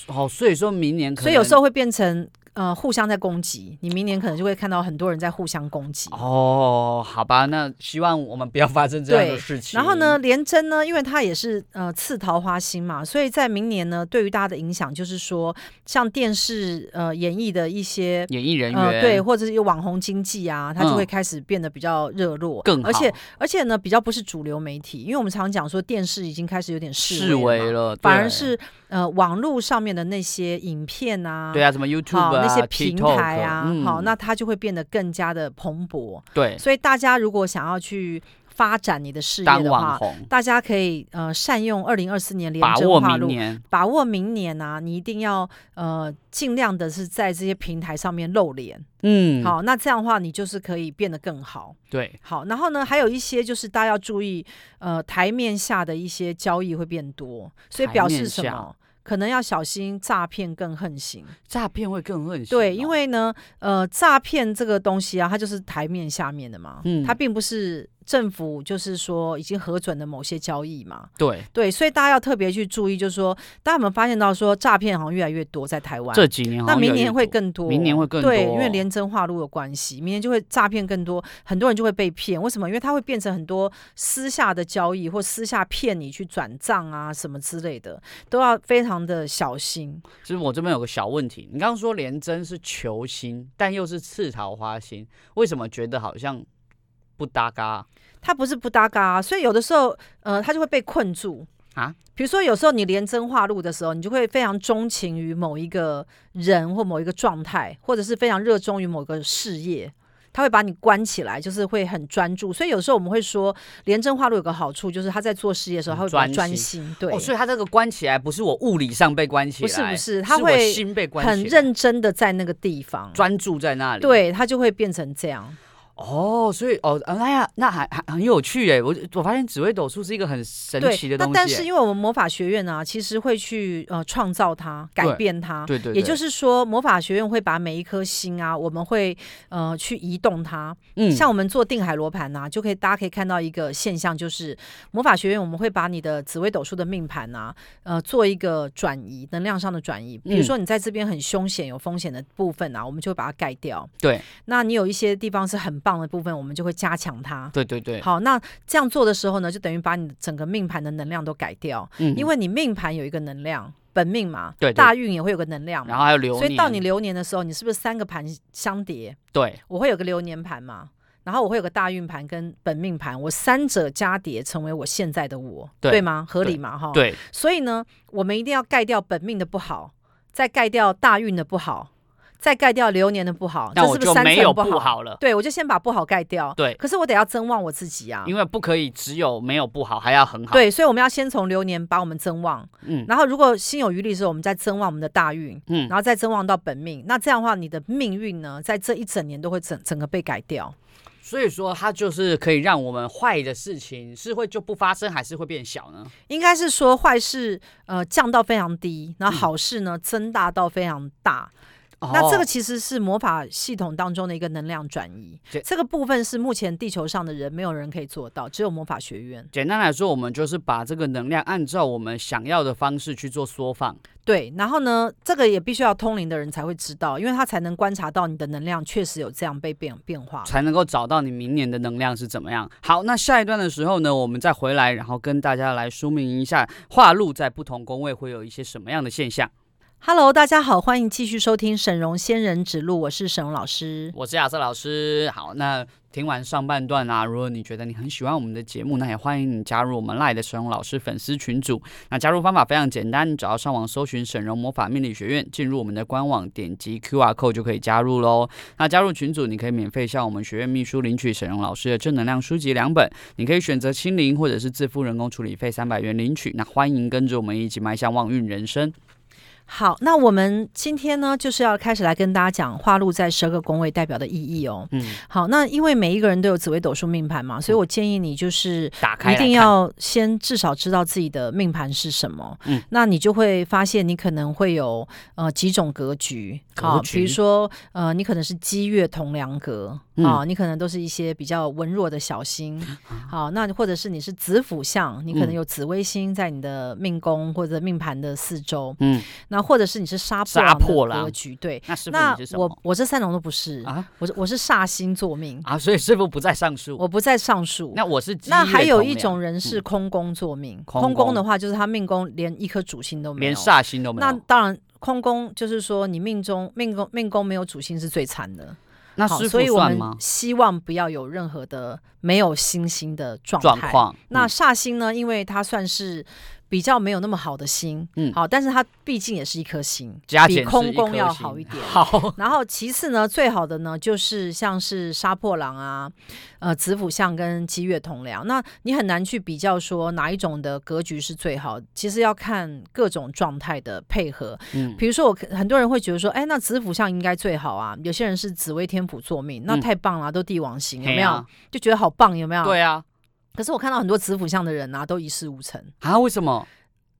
Speaker 2: 哦，所以说明年可能，
Speaker 1: 所以有时候会变成呃互相在攻击，你明年可能就会看到很多人在互相攻击。
Speaker 2: 哦，好吧，那希望我们不要发生这样的
Speaker 1: 对
Speaker 2: 事情。
Speaker 1: 然后呢，，廉贞呢，因为它也是呃次桃花星嘛，所以在明年呢，对于大家的影响就是说，像电视呃演艺的一些
Speaker 2: 演艺人员、嗯
Speaker 1: 呃对，或者是有网红经济啊，它就会开始变得比较热络，
Speaker 2: 更好
Speaker 1: 而且而且呢，比较不是主流媒体，因为我们常讲说电视已经开始有点
Speaker 2: 示
Speaker 1: 威
Speaker 2: 威
Speaker 1: 了嘛，
Speaker 2: 了，
Speaker 1: 反而
Speaker 2: 对
Speaker 1: 是呃网络上面的那些影片啊，
Speaker 2: 对啊，什么 YouTube
Speaker 1: 好、
Speaker 2: 啊
Speaker 1: 那些平
Speaker 2: TikTok
Speaker 1: 台啊，
Speaker 2: 嗯
Speaker 1: 好，那它就会变得更加的蓬勃。
Speaker 2: 对
Speaker 1: 所以大家如果想要去发展你的事业
Speaker 2: 当
Speaker 1: 的
Speaker 2: 网
Speaker 1: 话，
Speaker 2: 红，
Speaker 1: 大家可以呃善用二零二四年廉
Speaker 2: 把
Speaker 1: 政
Speaker 2: 握
Speaker 1: 化
Speaker 2: 明
Speaker 1: 路，
Speaker 2: 年。
Speaker 1: 把握明年啊，你一定要呃尽量的是在这些平台上面露脸。
Speaker 2: 嗯，，
Speaker 1: 好，那这样的话你就是可以变得更好。
Speaker 2: 对，
Speaker 1: 好，然后呢，还有一些就是大家要注意，呃，台面下的一些交易会变多，所以
Speaker 2: 台
Speaker 1: 表
Speaker 2: 面
Speaker 1: 示什
Speaker 2: 下
Speaker 1: 么？可能要小心诈骗更横行。
Speaker 2: 诈骗会更恶行哦。
Speaker 1: 对，因为呢，呃，诈骗这个东西啊，它就是台面下面的嘛，
Speaker 2: 嗯
Speaker 1: 它并不是政府就是说已经核准的某些交易嘛，
Speaker 2: 对
Speaker 1: 对，所以大家要特别去注意，就是说，大家有没有发现到说诈骗好像越来越多在台湾？
Speaker 2: 这几年好
Speaker 1: 那
Speaker 2: 像
Speaker 1: 明
Speaker 2: 有
Speaker 1: 年
Speaker 2: 一
Speaker 1: 会
Speaker 2: 股
Speaker 1: 更多，
Speaker 2: 明年会更
Speaker 1: 对，
Speaker 2: 多
Speaker 1: 因为廉贞化路有关系，明年就会诈骗更多，很多人就会被骗。为什么？因为它会变成很多私下的交易或私下骗你去转账啊什么之类的，都要非常的小心。
Speaker 2: 其实我这边有个小问题，你刚刚说连贞是球星，但又是刺桃花星，为什么觉得好像不搭嘎？
Speaker 1: 它不是不搭嘎、啊所以有的时候，呃，它就会被困住
Speaker 2: 啊。
Speaker 1: 比如说，有时候你连真化路的时候，你就会非常钟情于某一个人或某一个状态，或者是非常热衷于某个事业，它会把你关起来，就是会很专注。所以有时候我们会说，连真化路有个好处就是他在做事业的时候，他会比较
Speaker 2: 专
Speaker 1: 专心，对，
Speaker 2: 哦，所以他这个关起来不是我物理上被关起
Speaker 1: 不
Speaker 2: 来，
Speaker 1: 是不是，他
Speaker 2: 他我
Speaker 1: 会
Speaker 2: 心被关起来，
Speaker 1: 很认真的在那个地方，
Speaker 2: 专注在那里。，
Speaker 1: 对，他就会变成这样。
Speaker 2: 哦，所以哦，呃哎呀，那还还很有趣哎，我我发现紫微斗数是一个很神
Speaker 1: 对，
Speaker 2: 奇的东西
Speaker 1: 那
Speaker 2: 耶。
Speaker 1: 但是因为我们魔法学院呢、其实会去呃创造它、改
Speaker 2: 对
Speaker 1: 变它。
Speaker 2: 对对对，
Speaker 1: 也就是说，魔法学院会把每一颗星啊，我们会呃去移动它。
Speaker 2: 嗯
Speaker 1: 像我们做定海罗盘呐、就可以大家可以看到一个现象，就是魔法学院我们会把你的紫微斗数的命盘呐、呃，做一个转移，能量上的转移。比如
Speaker 2: 嗯
Speaker 1: 说你在这边很凶险、有风险的部分啊，我们就会把它盖掉。
Speaker 2: 对
Speaker 1: 那你有一些地方是很棒的部分，我们就会加强它。
Speaker 2: 对对对，
Speaker 1: 好，那这样做的时候呢，就等于把你整个命盘的能量都改掉，
Speaker 2: 嗯
Speaker 1: 因为你命盘有一个能量，本命嘛，
Speaker 2: 对对
Speaker 1: 大运也会有个能量
Speaker 2: 然
Speaker 1: 嘛，
Speaker 2: 后还有流年，
Speaker 1: 所以到你流年的时候，你是不是三个盘相叠？
Speaker 2: 对
Speaker 1: 我会有个流年盘嘛，然后我会有个大运盘跟本命盘，我三者加叠成为我现在的我，
Speaker 2: 对
Speaker 1: 吗？合理嘛？哈，。
Speaker 2: 对
Speaker 1: 所以呢，我们一定要盖掉本命的不好，再盖掉大运的不好，再盖掉流年的不好，
Speaker 2: 但
Speaker 1: 这
Speaker 2: 我
Speaker 1: 是不
Speaker 2: 就是
Speaker 1: 三
Speaker 2: 没
Speaker 1: 层
Speaker 2: 有
Speaker 1: 不
Speaker 2: 不
Speaker 1: 好？
Speaker 2: 好了。
Speaker 1: 对，我就先把不好盖掉。
Speaker 2: 对
Speaker 1: 可是我得要增旺我自己啊。
Speaker 2: 因为不可以只有没有不好，还要很好。，
Speaker 1: 对，所以我们要先从流年把我们增旺，
Speaker 2: 嗯
Speaker 1: 然后如果心有余力的时候，我们再增旺我们的大运，
Speaker 2: 嗯
Speaker 1: 然后再增旺到本命。那这样的话，你的命运呢，在这一整年都会整整个被改掉。
Speaker 2: 所以说它就是可以让我们坏的事情是会就不发生，还是会变小呢？
Speaker 1: 应该是
Speaker 2: 嗯
Speaker 1: 说坏事呃降到非常低，然后好事呢增大到非常大。那这个
Speaker 2: 哦
Speaker 1: 其实是魔法系统当中的一个能量转移
Speaker 2: 这，
Speaker 1: 这个部分是目前地球上的人没有人可以做到，只有魔法学院。
Speaker 2: 简单来说，我们就是把这个能量按照我们想要的方式去做缩放。
Speaker 1: 对，然后呢，这个也必须要通灵的人才会知道，因为他才能观察到你的能量确实有这样被变变化。
Speaker 2: 才能够找到你明年的能量是怎么样。好，那下一段的时候呢，我们再回来，然后跟大家来说明一下化禄在不同宫位会有一些什么样的现象。
Speaker 1: Hello，大家好，欢迎继续收听沈荣仙人指路，我是沈荣老师。
Speaker 2: 我是亚瑟老师。好，那听完上半段啊，如果你觉得你很喜欢我们的节目，那也欢迎你加入我们赖的沈荣老师粉丝群组。那加入方法非常简单，你只要上网搜寻沈荣魔法命理学院，进入我们的官网，点击 Q R code 就可以加入喽。那加入群组，你可以免费向我们学院秘书领取沈荣老师的正能量书籍两本，你可以选择清零或者是自付人工处理费三百元领取。那欢迎跟着我们一起迈向旺运人生。
Speaker 1: 好，那我们今天呢，就是要开始来跟大家讲花路在十二个宫位代表的意义哦。
Speaker 2: 嗯，
Speaker 1: 好，那因为每一个人都有紫微斗数命盘嘛，所以我建议你就是
Speaker 2: 打嗯开
Speaker 1: 一
Speaker 2: 来看
Speaker 1: 定要先至少知道自己的命盘是什么，
Speaker 2: 嗯
Speaker 1: 那你就会发现你可能会有呃几种格局
Speaker 2: 格
Speaker 1: 比
Speaker 2: 局
Speaker 1: 如说呃你可能是积月同梁格
Speaker 2: 嗯
Speaker 1: 啊、你可能都是一些比较文弱的小星，好、那或者是你是子府相，你可能
Speaker 2: 嗯
Speaker 1: 有紫微星在你的命宫或者命盘的四周，
Speaker 2: 嗯，
Speaker 1: 那或者是你是杀破
Speaker 2: 杀
Speaker 1: 狼
Speaker 2: 破
Speaker 1: 的
Speaker 2: 狼
Speaker 1: 格局，对。
Speaker 2: 那师傅
Speaker 1: 那
Speaker 2: 你是什
Speaker 1: 我
Speaker 2: 么
Speaker 1: 我这三种都不是，
Speaker 2: 啊？
Speaker 1: 我是我是煞星座命，
Speaker 2: 啊，所以师傅不再上述。
Speaker 1: 我不在上述。
Speaker 2: 那我是积
Speaker 1: 那
Speaker 2: 月
Speaker 1: 还有
Speaker 2: 同
Speaker 1: 一
Speaker 2: 梁
Speaker 1: 种人是空宫座命，
Speaker 2: 空
Speaker 1: 空宫的
Speaker 2: 宫
Speaker 1: 话就是他命宫连一颗主星都没有。
Speaker 2: 连煞星都没有。
Speaker 1: 那当然，空宫就是说你命中命宫命宫没有主星是最惨的。
Speaker 2: 那
Speaker 1: 好，
Speaker 2: 师
Speaker 1: 所
Speaker 2: 傅
Speaker 1: 以我
Speaker 2: 算
Speaker 1: 们
Speaker 2: 吗？
Speaker 1: 希望不要有任何的没有星星的状
Speaker 2: 状
Speaker 1: 态。
Speaker 2: 况
Speaker 1: 那
Speaker 2: 嗯
Speaker 1: 煞星呢？因为它算是比较没有那么好的星，
Speaker 2: 嗯
Speaker 1: 好，但是它毕竟也是一颗星，
Speaker 2: 加
Speaker 1: 比
Speaker 2: 减是
Speaker 1: 空
Speaker 2: 一
Speaker 1: 宫
Speaker 2: 颗
Speaker 1: 要
Speaker 2: 星
Speaker 1: 好一点。
Speaker 2: 好，
Speaker 1: 然后其次呢，最好的呢就是像是杀破狼啊，呃，子府相跟积月同梁，那你很难去比较说哪一种的格局是最好，其实要看各种状态的配合。
Speaker 2: 嗯，
Speaker 1: 比如说我很多人会觉得说，哎，那子府相应该最好啊，有些人是紫微天府坐命，那
Speaker 2: 嗯
Speaker 1: 太棒了啊、都帝王星，有
Speaker 2: 嘿
Speaker 1: 没有？
Speaker 2: 啊
Speaker 1: 就觉得好棒，有没有？。
Speaker 2: 对啊，
Speaker 1: 可是我看到很多子府相的人啊，都一事无成。
Speaker 2: 啊，为什么？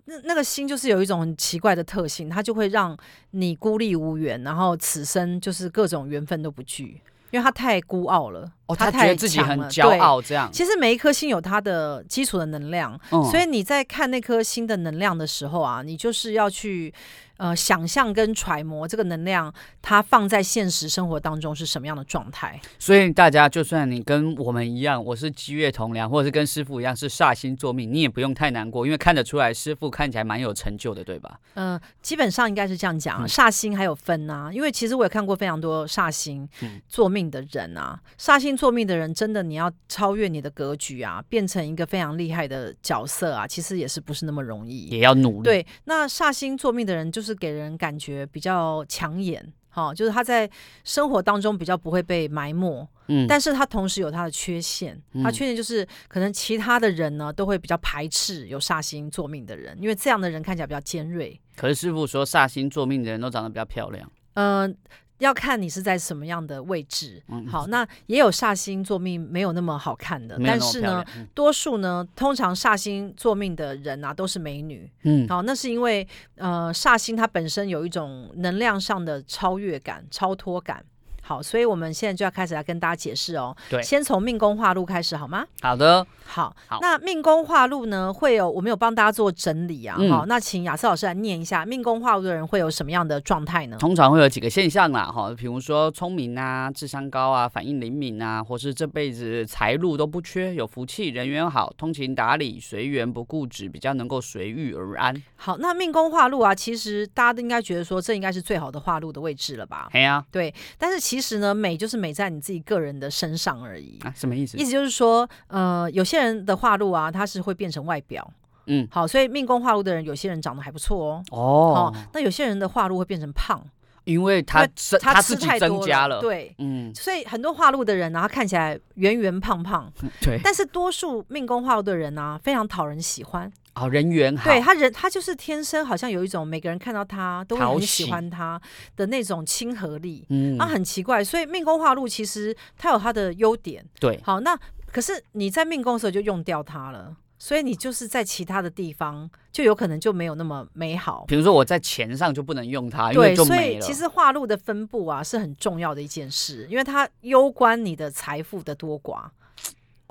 Speaker 1: 那那个心就是有一种很奇怪的特性，它就会让你孤立无援，然后此生就是各种缘分都不聚，因为他太孤傲了。
Speaker 2: 哦，
Speaker 1: 他
Speaker 2: 他觉
Speaker 1: 太
Speaker 2: 得自己
Speaker 1: 强
Speaker 2: 很
Speaker 1: 了
Speaker 2: 骄。傲这样
Speaker 1: 对，其实每一颗星有它的基础的能量，
Speaker 2: 嗯
Speaker 1: 所以你在看那颗星的能量的时候啊，你就是要去呃想象跟揣摩这个能量它放在现实生活当中是什么样的状态。
Speaker 2: 所以大家就算你跟我们一样，我是积月同梁，或者是跟师傅一样是煞星作命，你也不用太难过，因为看得出来师傅看起来蛮有成就的，对吧？
Speaker 1: 嗯、基本上应该是这样讲、啊，
Speaker 2: 嗯
Speaker 1: 煞星还有分啊，因为其实我也看过非常多煞星
Speaker 2: 嗯
Speaker 1: 做命的人啊，煞星做命的人真的你要超越你的格局啊，变成一个非常厉害的角色啊，其实也是不是那么容易。
Speaker 2: 也要努力。，
Speaker 1: 对，那煞星做命的人就是给人感觉比较抢眼，哈、就是他在生活当中比较不会被埋没，
Speaker 2: 嗯，
Speaker 1: 但是他同时有他的缺陷，他
Speaker 2: 嗯
Speaker 1: 缺陷就是可能其他的人呢都会比较排斥有煞星做命的人，因为这样的人看起来比较尖锐。
Speaker 2: 可是师傅说煞星作命的人都长得比较漂亮，
Speaker 1: 嗯，要看你是在什么样的位置。
Speaker 2: 嗯
Speaker 1: 好，那也有煞星座命没有那么好看的，
Speaker 2: 没有
Speaker 1: 但
Speaker 2: 那么
Speaker 1: 是
Speaker 2: 漂
Speaker 1: 呢
Speaker 2: 亮，。嗯
Speaker 1: 多数呢，通常煞星座命的人啊，都是美女。
Speaker 2: 嗯，
Speaker 1: 好，那是因为呃，煞星它本身有一种能量上的超越感、超脱感。好，所以我们现在就要开始来跟大家解释哦。
Speaker 2: 对
Speaker 1: 先从命宫化禄开始好吗？
Speaker 2: 好的，
Speaker 1: 好，
Speaker 2: 好
Speaker 1: 那命宫化禄呢，会有我们有帮大家做整理啊。
Speaker 2: 嗯
Speaker 1: 好，那请雅思老师来念一下命宫化禄的人会有什么样的状态呢？
Speaker 2: 通常会有几个现象啦，哈，比如说聪明啊、智商高啊、反应灵敏啊，或是这辈子财路都不缺，有福气，人缘好，通情达理，随缘不固执，比较能够随遇而安。
Speaker 1: 好，那命宫化禄啊，其实大家都应该觉得说，这应该是最好的化禄的位置了吧？
Speaker 2: 嘿呀、
Speaker 1: 对，但是其实呢，美就是美在你自己个人的身上而已。
Speaker 2: 啊，什么意思
Speaker 1: 意？思就是说，呃，有些人的化禄啊，它是会变成外表。
Speaker 2: 嗯，
Speaker 1: 好，所以命宫化禄的人，有些人长得还不错哦。
Speaker 2: 哦，
Speaker 1: 那有些人的化禄会变成胖，
Speaker 2: 因为他
Speaker 1: 因为
Speaker 2: 增呃他
Speaker 1: 吃
Speaker 2: 自己
Speaker 1: 太
Speaker 2: 增
Speaker 1: 多
Speaker 2: 加
Speaker 1: 了。
Speaker 2: 了，，
Speaker 1: 对，
Speaker 2: 嗯，
Speaker 1: 所以很多化禄的人啊，他看起来圆圆胖胖，
Speaker 2: 嗯对，
Speaker 1: 但是多数命宫化禄的人啊，非常讨人喜欢。
Speaker 2: 好、人缘好，
Speaker 1: 对他人，他就是天生好像有一种每个人看到他都会
Speaker 2: 讨
Speaker 1: 很
Speaker 2: 喜
Speaker 1: 喜欢他的那种亲和力，
Speaker 2: 嗯，
Speaker 1: 啊，很奇怪。所以命宫化禄其实它有它的优点，
Speaker 2: 对，
Speaker 1: 好，那可是你在命宫的时候就用掉它了。所以你就是在其他的地方就有可能就没有那么美好。
Speaker 2: 比如说我在钱上就不能用啊它，因为
Speaker 1: 对，
Speaker 2: 就
Speaker 1: 所
Speaker 2: 没
Speaker 1: 以
Speaker 2: 了。
Speaker 1: 其实化禄的分布啊是很重要的一件事，因为它攸关你的财富的多寡。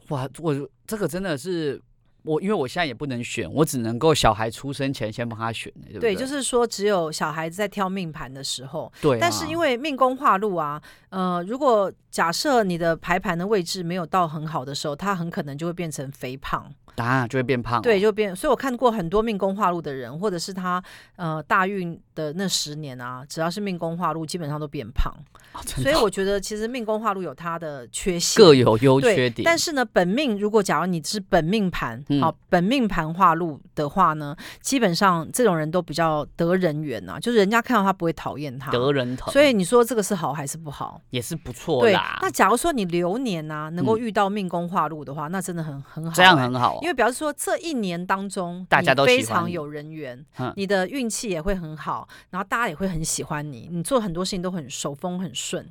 Speaker 2: 哇，我这个真的是我，因为我现在也不能选，我只能够小孩出生前先帮他选，对不
Speaker 1: 对，
Speaker 2: 对？
Speaker 1: 就是说，只有小孩子在挑命盘的时候，
Speaker 2: 对啊、
Speaker 1: 但是因为命宫化禄啊，呃，如果假设你的排盘的位置没有到很好的时候，它很可能就会变成肥胖，
Speaker 2: 答案就会变胖、
Speaker 1: 对，，就变。所以我看过很多命宫化禄的人，或者是他呃大运的那十年啊，只要是命宫化禄，基本上都变胖。
Speaker 2: 哦、 真
Speaker 1: 所
Speaker 2: 的
Speaker 1: 以我觉得其实命宫化禄有它的缺陷，
Speaker 2: 各有优
Speaker 1: 对，
Speaker 2: 缺点。
Speaker 1: 但是呢，本命如果假如你是本命盘，
Speaker 2: 嗯
Speaker 1: 好、本命盘化禄的话呢，基本上这种人都比较得人缘呐、就是人家看到他不会讨厌他。
Speaker 2: 得人疼，
Speaker 1: 所以你说这个是好还是不好？
Speaker 2: 也是不错
Speaker 1: 对
Speaker 2: 啦，。
Speaker 1: 那假如说你流年呐、能够
Speaker 2: 嗯
Speaker 1: 遇到命宫化禄的话，那真的很很好、
Speaker 2: 这样
Speaker 1: 欸
Speaker 2: 很好、哦
Speaker 1: 因。为表示说这一年当中，
Speaker 2: 大家
Speaker 1: 你
Speaker 2: 都喜
Speaker 1: 非
Speaker 2: 欢
Speaker 1: 常
Speaker 2: 你
Speaker 1: 有人缘
Speaker 2: 嗯，
Speaker 1: 你的运气也会很好，然后大家也会很喜欢你，你做很多事情都很手风很顺，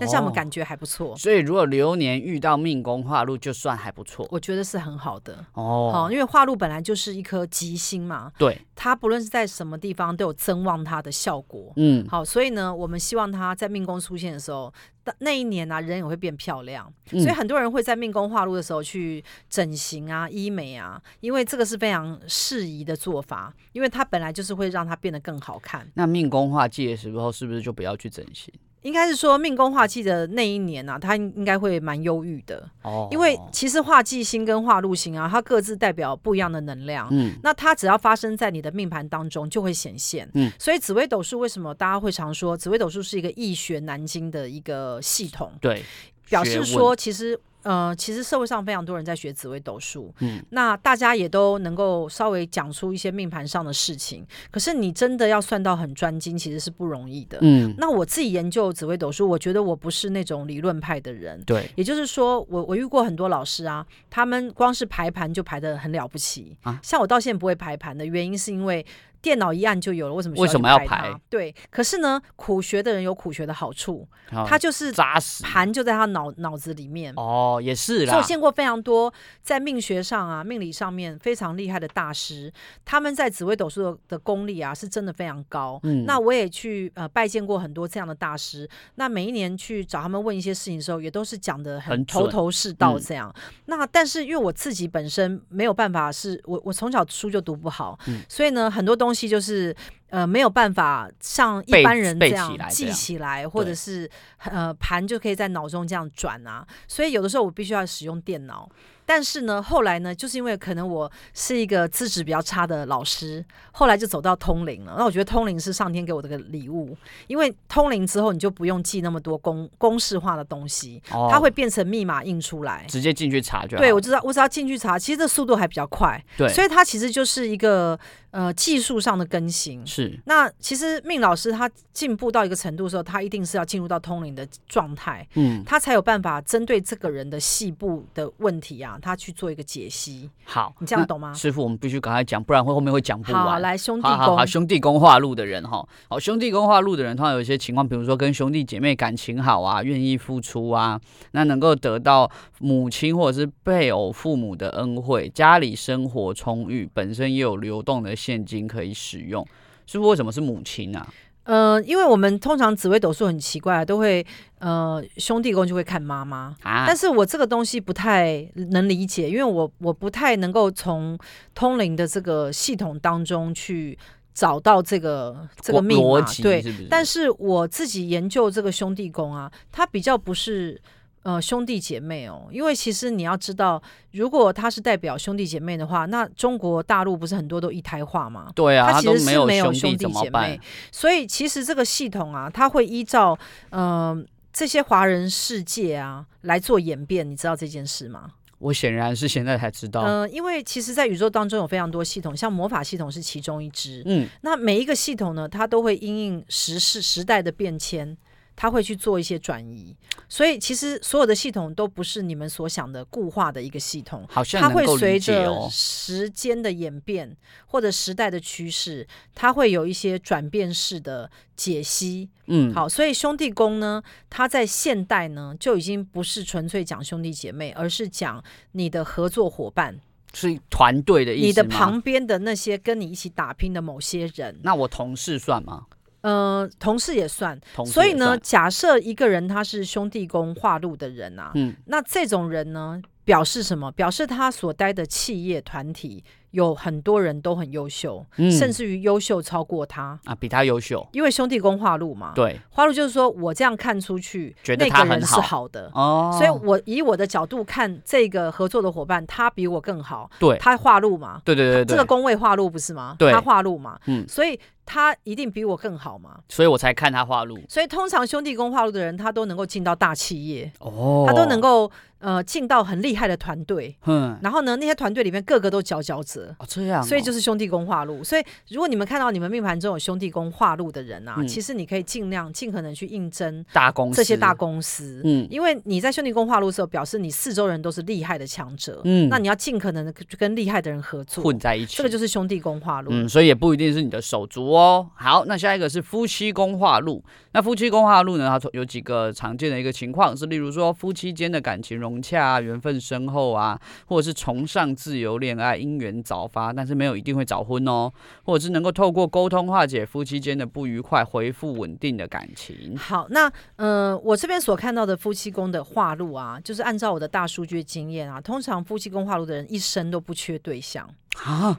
Speaker 1: 那这样我们
Speaker 2: 哦
Speaker 1: 感觉还不错，
Speaker 2: 所以如果流年遇到命宫化禄，就算还不错
Speaker 1: 我觉得是很好的。
Speaker 2: 哦
Speaker 1: 好、。因为化禄本来就是一颗吉星嘛，
Speaker 2: 对，
Speaker 1: 它不论是在什么地方都有增旺它的效果。
Speaker 2: 嗯，
Speaker 1: 好，所以呢，我们希望它在命宫出现的时候，到那一年啊，人也会变漂亮。
Speaker 2: 嗯
Speaker 1: 所以很多人会在命宫化禄的时候去整形啊、医美啊，因为这个是非常适宜的做法，因为它本来就是会让它变得更好看。
Speaker 2: 那命宫化忌的时候，是不是就不要去整形？
Speaker 1: 应该是说命宫化忌的那一年啊，它应该会蛮忧郁的，
Speaker 2: 哦，
Speaker 1: 因为其实化忌星跟化禄星啊，它各自代表不一样的能量。
Speaker 2: 嗯，
Speaker 1: 那它只要发生在你的命盘当中，就会显现。
Speaker 2: 嗯
Speaker 1: 所以紫微斗数为什么大家会常说紫微斗数是一个易学难精的一个系统？
Speaker 2: 对，
Speaker 1: 表
Speaker 2: 学
Speaker 1: 示
Speaker 2: 问
Speaker 1: 说，其实呃，其实社会上非常多人在学紫微斗数，
Speaker 2: 嗯
Speaker 1: 那大家也都能够稍微讲出一些命盘上的事情。可是你真的要算到很专精，其实是不容易的。
Speaker 2: 嗯，
Speaker 1: 那我自己研究紫微斗数，我觉得我不是那种理论派的人。
Speaker 2: 对
Speaker 1: 也就是说，我我遇过很多老师啊，他们光是排盘就排得很了不起。
Speaker 2: 啊
Speaker 1: 像我到现在不会排盘的原因，是因为电脑一按就有了，为什么需
Speaker 2: 为什么要
Speaker 1: 去它
Speaker 2: 排？
Speaker 1: 对，可是呢，苦学的人有苦学的好处，
Speaker 2: 好
Speaker 1: 他就是
Speaker 2: 哦扎实
Speaker 1: 盘就在他脑脑子里面。
Speaker 2: 哦，也是
Speaker 1: 所以我
Speaker 2: 啦，
Speaker 1: 见过非常多在命学上啊、命理上面非常厉害的大师，他们在紫微斗数的的功力啊是真的非常高。
Speaker 2: 嗯
Speaker 1: 那我也去呃拜见过很多这样的大师，那每一年去找他们问一些事情的时候，也都是讲的很
Speaker 2: 很
Speaker 1: 头
Speaker 2: 准
Speaker 1: 头是道
Speaker 2: 嗯
Speaker 1: 这样。那但是因为我自己本身没有办法是，我我从小书就读不好，
Speaker 2: 嗯
Speaker 1: 所以呢很多东西就是呃没有办法像一
Speaker 2: 背
Speaker 1: 般人这
Speaker 2: 背起
Speaker 1: 样
Speaker 2: 来这
Speaker 1: 记
Speaker 2: 样
Speaker 1: 起来，或者
Speaker 2: 对
Speaker 1: 是呃盘就可以在脑中这样转啊。所以有的时候我必须要使用电脑。但是呢，后来呢，就是因为可能我是一个资质比较差的老师，后来就走到通灵了。那我觉得通灵是上天给我的个礼物，因为通灵之后你就不用记那么多公公式化的东西，
Speaker 2: 哦
Speaker 1: 它会变成密码印出来。
Speaker 2: 直接进去查就好
Speaker 1: 对，我知道，我只要进去查，其实这速度还比较快，
Speaker 2: 对
Speaker 1: 所以它其实就是一个呃技术上的更新。
Speaker 2: 是
Speaker 1: 那其实命老师他进步到一个程度的时候，他一定是要进入到通灵的状态，
Speaker 2: 嗯
Speaker 1: 他才有办法针对这个人的细部的问题啊，他去做一个解析。
Speaker 2: 好，
Speaker 1: 你这样
Speaker 2: 那
Speaker 1: 懂吗？
Speaker 2: 师傅，我们必须赶快讲，不然会后面会讲不
Speaker 1: 好，啊
Speaker 2: 完。
Speaker 1: 来兄弟
Speaker 2: 好好
Speaker 1: 宫
Speaker 2: 好，，兄弟宫化禄的人哈，好兄弟宫化禄的人，通常有一些情况，比如说跟兄弟姐妹感情好啊，愿意付出啊，那能够得到母亲或者是配偶父母的恩惠，家里生活充裕，本身也有流动的现金可以使用。师傅为什么是母亲啊？
Speaker 1: 呃，因为我们通常紫微斗数很奇怪，都会呃兄弟宫就会看妈妈，
Speaker 2: 啊
Speaker 1: 但，是我这个东西不太能理解，因为我我不太能够从通灵的这个系统当中去找到这个这个密码
Speaker 2: 逻，辑
Speaker 1: 对。
Speaker 2: 是不是？
Speaker 1: 但
Speaker 2: 是
Speaker 1: 是我自己研究这个兄弟宫啊，它比较不是。呃，兄弟姐妹哦，因为其实你要知道，如果它是代表兄弟姐妹的话，那中国大陆不是很多都一胎化吗？
Speaker 2: 对啊，
Speaker 1: 他
Speaker 2: 他
Speaker 1: 其实
Speaker 2: 都
Speaker 1: 是
Speaker 2: 有
Speaker 1: 没有
Speaker 2: 弟
Speaker 1: 兄弟
Speaker 2: 怎么
Speaker 1: 姐
Speaker 2: 办
Speaker 1: 妹？，所以其实这个系统啊，它会依照嗯、呃这些华人世界啊来做演变，你知道这件事吗？
Speaker 2: 我显然是现在才知道。
Speaker 1: 嗯、因为其实，在宇宙当中有非常多系统，像魔法系统是其中一支。
Speaker 2: 嗯，
Speaker 1: 那每一个系统呢，它都会因应时事时代的变迁。它会去做一些转移，所以其实所有的系统都不是你们所想的固化的一个系统，
Speaker 2: 好像
Speaker 1: 它
Speaker 2: 能
Speaker 1: 会
Speaker 2: 够
Speaker 1: 随
Speaker 2: 理解
Speaker 1: 着
Speaker 2: 哦。
Speaker 1: 时间的演变或者时代的趋势，它会有一些转变式的解析。
Speaker 2: 嗯，
Speaker 1: 好，所以兄弟宫呢，它在现代呢就已经不是纯粹讲兄弟姐妹，而是讲你的合作伙伴。
Speaker 2: 是团队的意思吗？
Speaker 1: 你的旁边的那些跟你一起打拼的某些人，
Speaker 2: 那我同事算吗？
Speaker 1: 呃，同事也算。
Speaker 2: 同事
Speaker 1: 所以
Speaker 2: 也
Speaker 1: 呢，
Speaker 2: 算，
Speaker 1: 假设一个人他是兄弟宫化禄的人啊，
Speaker 2: 嗯，
Speaker 1: 那这种人呢，表示什么？表示他所待的企业团体有很多人都很优秀，
Speaker 2: 嗯
Speaker 1: 甚至于优秀超过他，
Speaker 2: 啊比他优秀，
Speaker 1: 因为兄弟宫化禄嘛。
Speaker 2: 对
Speaker 1: 花路就是说我这样看出去，
Speaker 2: 觉得
Speaker 1: 那
Speaker 2: 他
Speaker 1: 个人
Speaker 2: 很
Speaker 1: 是
Speaker 2: 好
Speaker 1: 好的，
Speaker 2: 哦，
Speaker 1: 所以我以我的角度看这个合作的伙伴，他比我更好，
Speaker 2: 对
Speaker 1: 他化路嘛，
Speaker 2: 对对对
Speaker 1: 这
Speaker 2: 对
Speaker 1: 个
Speaker 2: 对，
Speaker 1: 工位化路不是吗？
Speaker 2: 对
Speaker 1: 他化路嘛，
Speaker 2: 嗯
Speaker 1: 所以他一定比我更好嘛。
Speaker 2: 所以我才看他画路
Speaker 1: 所以通常兄弟工化路的人，他都能够进到大企业，
Speaker 2: 哦
Speaker 1: 他都能，够呃进到很厉害的团队。
Speaker 2: 嗯，
Speaker 1: 然后呢，那些团队里面个个都佼佼者，
Speaker 2: 哦这样哦，
Speaker 1: 所以就是兄弟宫化禄。所以如果你们看到你们命盘中有兄弟宫化禄的人啊，
Speaker 2: 嗯
Speaker 1: 其实你可以尽量尽可能去应征
Speaker 2: 大公司
Speaker 1: 这些大，公司，
Speaker 2: 嗯
Speaker 1: 因为你在兄弟宫化禄的时候，表示你四周人都是厉害的强者，
Speaker 2: 嗯，
Speaker 1: 那你要尽可能的跟厉害的人合作
Speaker 2: 混，在一起，
Speaker 1: 这个就是兄弟宫化禄。
Speaker 2: 嗯，所以也不一定是你的手足哦。好，那下一个是夫妻宫化禄。那夫妻宫化禄呢，它有几个常见的一个情况是，例如说夫妻间的感情融洽啊，缘分深厚啊，或者是崇尚自由恋爱，姻缘早发，但是没有一定会早婚哦，或者是能够透过沟通化解夫妻间的不愉快，恢复稳定的感情。
Speaker 1: 好，那呃，我这边所看到的夫妻宫的化禄啊，就是按照我的大数据经验啊，通常夫妻宫化禄的人一生都不缺对象，
Speaker 2: 啊？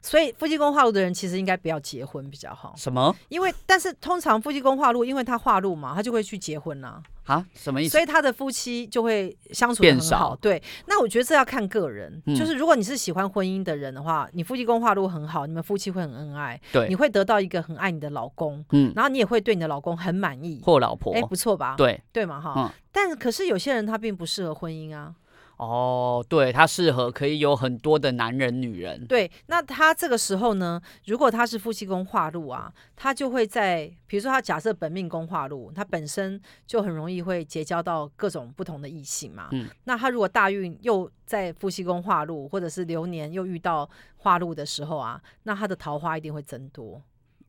Speaker 1: 所以夫妻宫化禄的人其实应该不要结婚比较好，
Speaker 2: 什么
Speaker 1: 因为但是通常夫妻宫化禄，因为他化禄嘛，他就会去结婚啦、
Speaker 2: 啊？什么意思
Speaker 1: 所？以他的夫妻就会相处得
Speaker 2: 变
Speaker 1: 很好
Speaker 2: 少。
Speaker 1: 对，那我觉得这要看个人，
Speaker 2: 嗯
Speaker 1: 就是如果你是喜欢婚姻的人的话，你夫妻宫化禄很好，你们夫妻会很恩爱，
Speaker 2: 对
Speaker 1: 你会得到一个很爱你的老公，
Speaker 2: 嗯，
Speaker 1: 然后你也会对你的老公很满意。
Speaker 2: 或老婆？
Speaker 1: 哎，不错吧？
Speaker 2: 对
Speaker 1: 对嘛哈。
Speaker 2: 嗯
Speaker 1: 但可是有些人他并不适合婚姻啊。
Speaker 2: 哦，对，它适合可以有很多的男人、女人。
Speaker 1: 对，那他这个时候呢，如果他是夫妻宫化禄啊，他就会在，比如说他假设本命宫化禄，他本身就很容易会结交到各种不同的异性嘛。
Speaker 2: 嗯
Speaker 1: 那他如果大运又在夫妻宫化禄，或者是流年又遇到化禄的时候啊，那他的桃花一定会增多，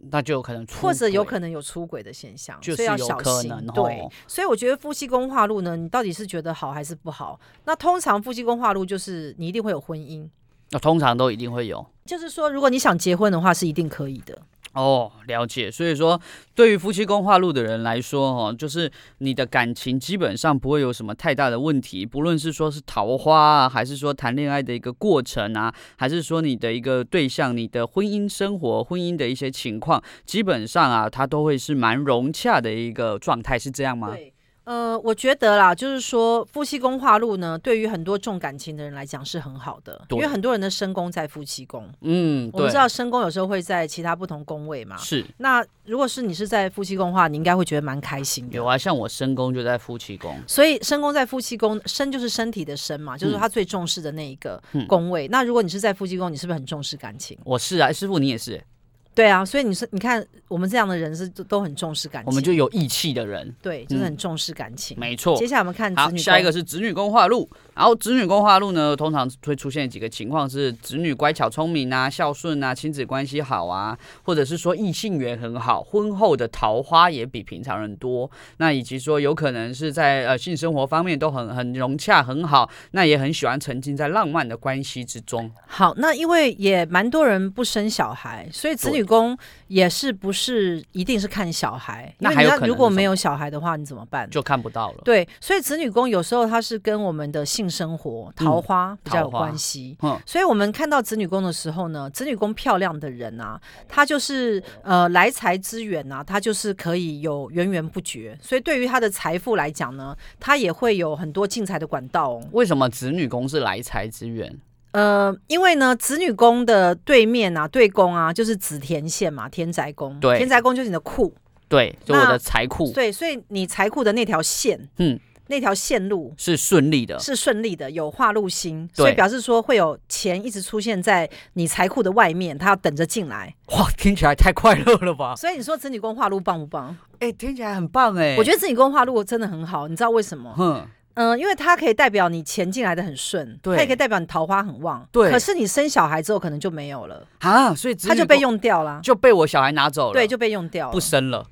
Speaker 2: 那就有可能出轨，
Speaker 1: 或者有可能有出轨的现象，
Speaker 2: 就
Speaker 1: 所
Speaker 2: 是
Speaker 1: 以要
Speaker 2: 有
Speaker 1: 小
Speaker 2: 可
Speaker 1: 心
Speaker 2: 能。
Speaker 1: 对
Speaker 2: 哦，
Speaker 1: 所以我觉得夫妻宫化禄呢，你到底是觉得好还是不好？那通常夫妻宫化禄就是你一定会有婚姻。
Speaker 2: 那、通常都一定会有。
Speaker 1: 就是说，如果你想结婚的话，是一定可以的。
Speaker 2: 哦，了解。所以说，对于夫妻宫化禄的人来说，哦，就是你的感情基本上不会有什么太大的问题，不论是说是桃花啊，还是说谈恋爱的一个过程啊，还是说你的一个对象、你的婚姻生活、婚姻的一些情况，基本上啊，它都会是蛮融洽的一个状态，是这样吗？
Speaker 1: 对，呃，我觉得啦，就是说夫妻宫化禄呢，对于很多重感情的人来讲是很好的，因
Speaker 2: 对
Speaker 1: 为很多人的身宫在夫妻宫，
Speaker 2: 嗯，
Speaker 1: 我们
Speaker 2: 对
Speaker 1: 知，道身宫有时候会在其他不同宫位嘛。
Speaker 2: 是
Speaker 1: 那如果是你是在夫妻宫的话，你应该会觉得蛮开心
Speaker 2: 有
Speaker 1: 的。
Speaker 2: 啊。像我身宫就在夫妻宫，
Speaker 1: 所以身宫在夫妻宫，身就是身体的身嘛，就是说他最重视的那一个
Speaker 2: 嗯
Speaker 1: 宫位。那如果你是在夫妻宫，你是不是很重视感情？
Speaker 2: 我是啊，师傅你也是，
Speaker 1: 对啊，所以你是你看我们这样的人是都都很重视感情，
Speaker 2: 我们就有义气的人，
Speaker 1: 对，就是很重视感情。
Speaker 2: 没错。
Speaker 1: 接下来我们看
Speaker 2: 好
Speaker 1: 子，女
Speaker 2: 下一
Speaker 1: 宫
Speaker 2: 个是嗯子女宫化禄。然后子女宫化禄呢，通常会出现几个情况是子女乖巧聪明啊、孝顺啊、亲子关系好啊，或者是说异性缘很好，婚后的桃花也比平常人多。那以及说有可能是在呃性生活方面都很很融洽很好，那也很喜欢沉浸在浪漫的关系之中。
Speaker 1: 好，那因为也蛮多人不生小孩，所以子女宫也是不是一定是看小孩？
Speaker 2: 那
Speaker 1: 因为
Speaker 2: 还
Speaker 1: 你
Speaker 2: 有
Speaker 1: 要
Speaker 2: 可能
Speaker 1: 如果
Speaker 2: 是什
Speaker 1: 没有小孩的话，你怎么办？
Speaker 2: 就看不到了。
Speaker 1: 对，所以子女宫有时候它是跟我们的性生活、桃花比较有
Speaker 2: 嗯桃花
Speaker 1: 关系。
Speaker 2: 嗯
Speaker 1: 所以我们看到子女宫的时候呢，子女宫漂亮的人啊，他就是呃来财资源啊，他就是可以有源源不绝。所以对于他的财富来讲呢，他也会有很多进财的管道哦。
Speaker 2: 为什么子女宫是来财之源？
Speaker 1: 呃，因为呢，子女宫的对面啊，对宫啊，就是紫田线嘛，田宅宫。
Speaker 2: 对
Speaker 1: 田宅宫就是你的库，
Speaker 2: 对，就我
Speaker 1: 那
Speaker 2: 的财库
Speaker 1: 对，所以你财库的那条线，
Speaker 2: 嗯，
Speaker 1: 那条线路
Speaker 2: 是顺利的。
Speaker 1: 是顺利的，有化禄星，
Speaker 2: 对
Speaker 1: 所以表示说会有钱一直出现在你财库的外面，它要等着进来。
Speaker 2: 哇，听起来太快乐了吧？
Speaker 1: 所以你说子女宫化禄棒不棒？
Speaker 2: 哎、听起来很棒哎、
Speaker 1: 我觉得子女宫化禄真的很好，你知道为什么？
Speaker 2: 哼，
Speaker 1: 嗯、因为它可以代表你钱进来的很顺，
Speaker 2: 对
Speaker 1: 它也可以代表你桃花很旺，
Speaker 2: 对
Speaker 1: 可是你生小孩之后可能就没有了，
Speaker 2: 啊，所以子
Speaker 1: 它
Speaker 2: 女
Speaker 1: 就被
Speaker 2: 宫
Speaker 1: 用掉啦。
Speaker 2: 就被我小孩拿走 了，
Speaker 1: 对，就被用掉了。
Speaker 2: 不生了。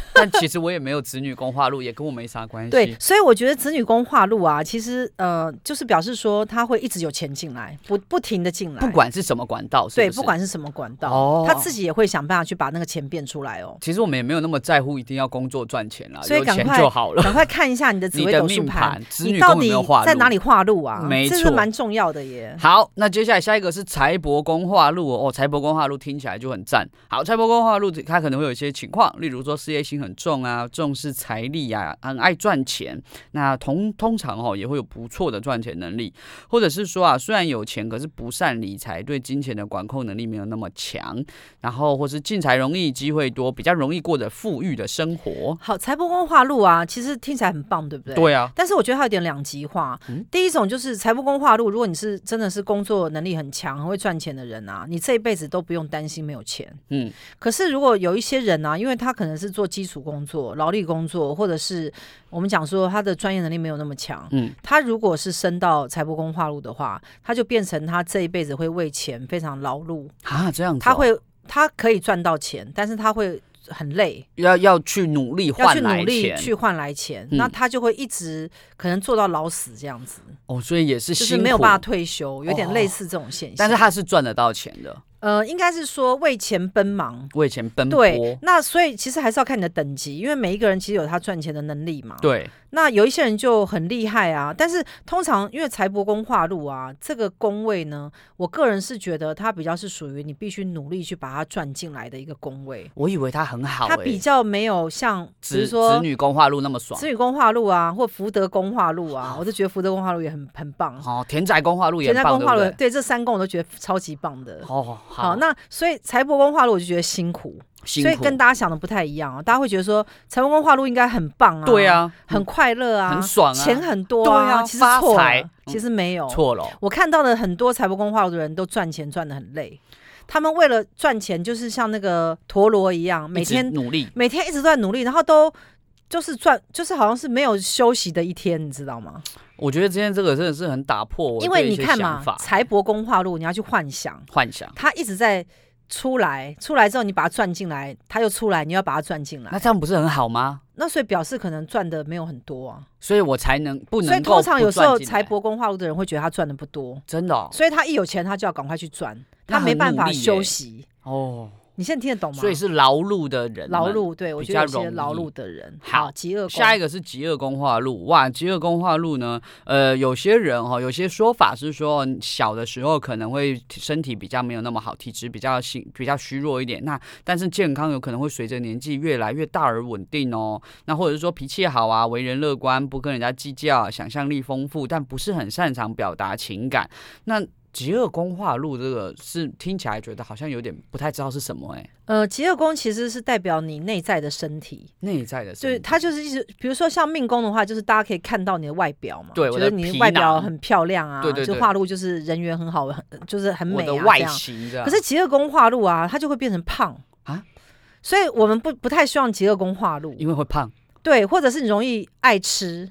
Speaker 2: 但其实我也没有子女宫化禄，也跟我没啥关系。
Speaker 1: 对，，所以我觉得子女宫化禄啊，其实呃，就是表示说他会一直有钱进来，不不停的进来，
Speaker 2: 不管是什么管道，是
Speaker 1: 对，
Speaker 2: 是
Speaker 1: 不管是什么管道，
Speaker 2: 哦
Speaker 1: 他自己也会想办法去把那个钱变出来哦。
Speaker 2: 其实我们也没有那么在乎一定要工作赚钱啦，
Speaker 1: 所以
Speaker 2: 有
Speaker 1: 赶
Speaker 2: 钱
Speaker 1: 快
Speaker 2: 就好了。
Speaker 1: 赶快看一下 你的紫
Speaker 2: 你
Speaker 1: 微
Speaker 2: 的
Speaker 1: 斗数
Speaker 2: 命
Speaker 1: 盘，
Speaker 2: 盘，子
Speaker 1: 你
Speaker 2: 女
Speaker 1: 到
Speaker 2: 宫
Speaker 1: 底
Speaker 2: 有没有化禄？
Speaker 1: 在哪里？化禄啊？
Speaker 2: 没
Speaker 1: 这是
Speaker 2: 错
Speaker 1: 蛮重要的耶。
Speaker 2: 好，那接下来下一个是财帛宫化禄哦，哦财帛宫化禄听起来就很赞。好，财帛宫化禄它可能会有一些情况，例如说事业心很重啊，重视财力啊，很爱赚钱。那通通常哦也会有不错的赚钱能力，或者是说啊，虽然有钱，可是不善理财，对金钱的管控能力没有那么强，然后或是进财容易，机会多，比较容易过着富裕的生活。
Speaker 1: 好，财帛宫化禄啊，其实听起来很棒，对不对？。
Speaker 2: 对啊，
Speaker 1: 但是我觉得它有点两极化。
Speaker 2: 嗯
Speaker 1: 第一种就是财帛宫化禄，如果你是真的是工作能力很强、很会赚钱的人啊，你这一辈子都不用担心没有钱。
Speaker 2: 嗯，
Speaker 1: 可是如果有一些人啊，因为他可能是做基础工作、劳力工作，或者是我们讲说他的专业能力没有那么强，
Speaker 2: 嗯，
Speaker 1: 他如果是升到财帛宫化禄的话，他就变成他这一辈子会为钱非常劳碌，
Speaker 2: 啊这样子哦、
Speaker 1: 他会他可以赚到钱，但是他会很累，
Speaker 2: 要要去努力
Speaker 1: 要
Speaker 2: 换
Speaker 1: 去
Speaker 2: 来
Speaker 1: 努力
Speaker 2: 钱
Speaker 1: 去换来钱，
Speaker 2: 嗯
Speaker 1: 那他就会一直可能做到老死这样子，
Speaker 2: 哦，所以也是
Speaker 1: 就
Speaker 2: 辛
Speaker 1: 是
Speaker 2: 苦，
Speaker 1: 没有办法退休，有点
Speaker 2: 哦
Speaker 1: 类似这种现象。
Speaker 2: 但是他是赚得到钱的，
Speaker 1: 呃，应该是说为钱奔忙。
Speaker 2: 为钱奔波。
Speaker 1: 对，那所以其实还是要看你的等级，因为每一个人其实有他赚钱的能力嘛。，
Speaker 2: 对
Speaker 1: 那有一些人就很厉害啊，但是通常因为财帛宫化禄啊，这个宫位呢，我个人是觉得它比较是属于你必须努力去把它赚进来的一个宫位，
Speaker 2: 我以为他很好、欸，
Speaker 1: 它比较没有像比如
Speaker 2: 子
Speaker 1: 说
Speaker 2: 子女宫化禄那么爽
Speaker 1: 子，女宫化禄啊，或福德宫化禄啊，我就觉得福德宫化禄也很很棒，
Speaker 2: 哦，田宅宫化禄也
Speaker 1: 田宅
Speaker 2: 很棒，
Speaker 1: 宫化禄
Speaker 2: 对不
Speaker 1: 对这三宫我都觉得超级棒的
Speaker 2: 对？。哦，好，
Speaker 1: 好，那所以财帛宫化禄我就觉得辛苦，
Speaker 2: 辛
Speaker 1: 所以
Speaker 2: 苦，
Speaker 1: 跟大家想的不太一样啊。大家会觉得说财帛宫化禄应该很棒啊，
Speaker 2: 对，啊，
Speaker 1: 很快乐啊，
Speaker 2: 很爽啊，
Speaker 1: 钱很多
Speaker 2: 对啊
Speaker 1: 其实
Speaker 2: 发
Speaker 1: 错
Speaker 2: 财
Speaker 1: 了
Speaker 2: 嗯，
Speaker 1: 其实没有。
Speaker 2: 错了，
Speaker 1: 我看到的很多财帛宫化禄的人都赚钱赚的很累，他们为了赚钱就是像那个陀螺一样，每
Speaker 2: 一直
Speaker 1: 天
Speaker 2: 努力，
Speaker 1: 每天一直都在努力，然后都就是赚，就是好像是没有休息的一天，你知道吗？
Speaker 2: 我觉得今天这个真的是很打破我
Speaker 1: 因为
Speaker 2: 对
Speaker 1: 你
Speaker 2: 一些
Speaker 1: 看
Speaker 2: 想
Speaker 1: 嘛
Speaker 2: 法，
Speaker 1: 财帛宫化禄，你要去幻想，
Speaker 2: 幻想。
Speaker 1: 它一直在出来，出来之后你把它赚进来，它又出来，你要把它赚进来
Speaker 2: 那，这样不是很好吗？
Speaker 1: 那所以表示可能赚的没有很多啊。
Speaker 2: 所以我才能不
Speaker 1: 所以
Speaker 2: 能够
Speaker 1: 通常有
Speaker 2: 不
Speaker 1: 时
Speaker 2: 赚
Speaker 1: 候
Speaker 2: 进来
Speaker 1: 财帛宫化禄的人会觉得他赚的不多，
Speaker 2: 真的哦
Speaker 1: 所以他一有钱他就要赶快去赚，
Speaker 2: 那
Speaker 1: 他
Speaker 2: 很
Speaker 1: 没办
Speaker 2: 努
Speaker 1: 法
Speaker 2: 力耶
Speaker 1: 休息。
Speaker 2: 哦，
Speaker 1: 你现在听得懂吗？
Speaker 2: 所以是劳碌的人们，
Speaker 1: 劳碌，对我
Speaker 2: 比
Speaker 1: 觉得有
Speaker 2: 较
Speaker 1: 些
Speaker 2: 容
Speaker 1: 劳
Speaker 2: 易
Speaker 1: 碌的人，
Speaker 2: 好
Speaker 1: 极恶宫
Speaker 2: 下一个是极恶宫化禄，哇，极恶宫化禄呢，呃，有些人哈、哦，有些说法是说嗯小的时候可能会身体比较没有那么好，体质比较性比较虚弱一点，那但是健康有可能会随着年纪越来越大而稳定哦。那或者是说脾气好啊，为人乐观，不跟人家计较，想象力丰富，但不是很擅长表达情感。那极恶宫化禄这个是听起来觉得好像有点不太知道是什么哎、
Speaker 1: 呃，极恶宫其实是代表你内在的身体，
Speaker 2: 内在的
Speaker 1: 就是
Speaker 2: 身体
Speaker 1: 它就是一直，比如说像命宫的话，就是大家可以看到你的外表嘛，
Speaker 2: 对
Speaker 1: 觉
Speaker 2: 我
Speaker 1: 得
Speaker 2: 的
Speaker 1: 你
Speaker 2: 皮
Speaker 1: 外表
Speaker 2: 囊
Speaker 1: 很漂亮啊，
Speaker 2: 对对
Speaker 1: 就
Speaker 2: 对
Speaker 1: 化禄就是人缘很好，很就是很
Speaker 2: 我
Speaker 1: 美
Speaker 2: 的
Speaker 1: 啊
Speaker 2: 外
Speaker 1: 这样。
Speaker 2: 形这样
Speaker 1: 可是极恶宫化禄啊，它就会变成胖
Speaker 2: 啊。
Speaker 1: 所以我们不不太希望极恶宫化禄，
Speaker 2: 因为会胖。
Speaker 1: 对，或者是你容易爱吃，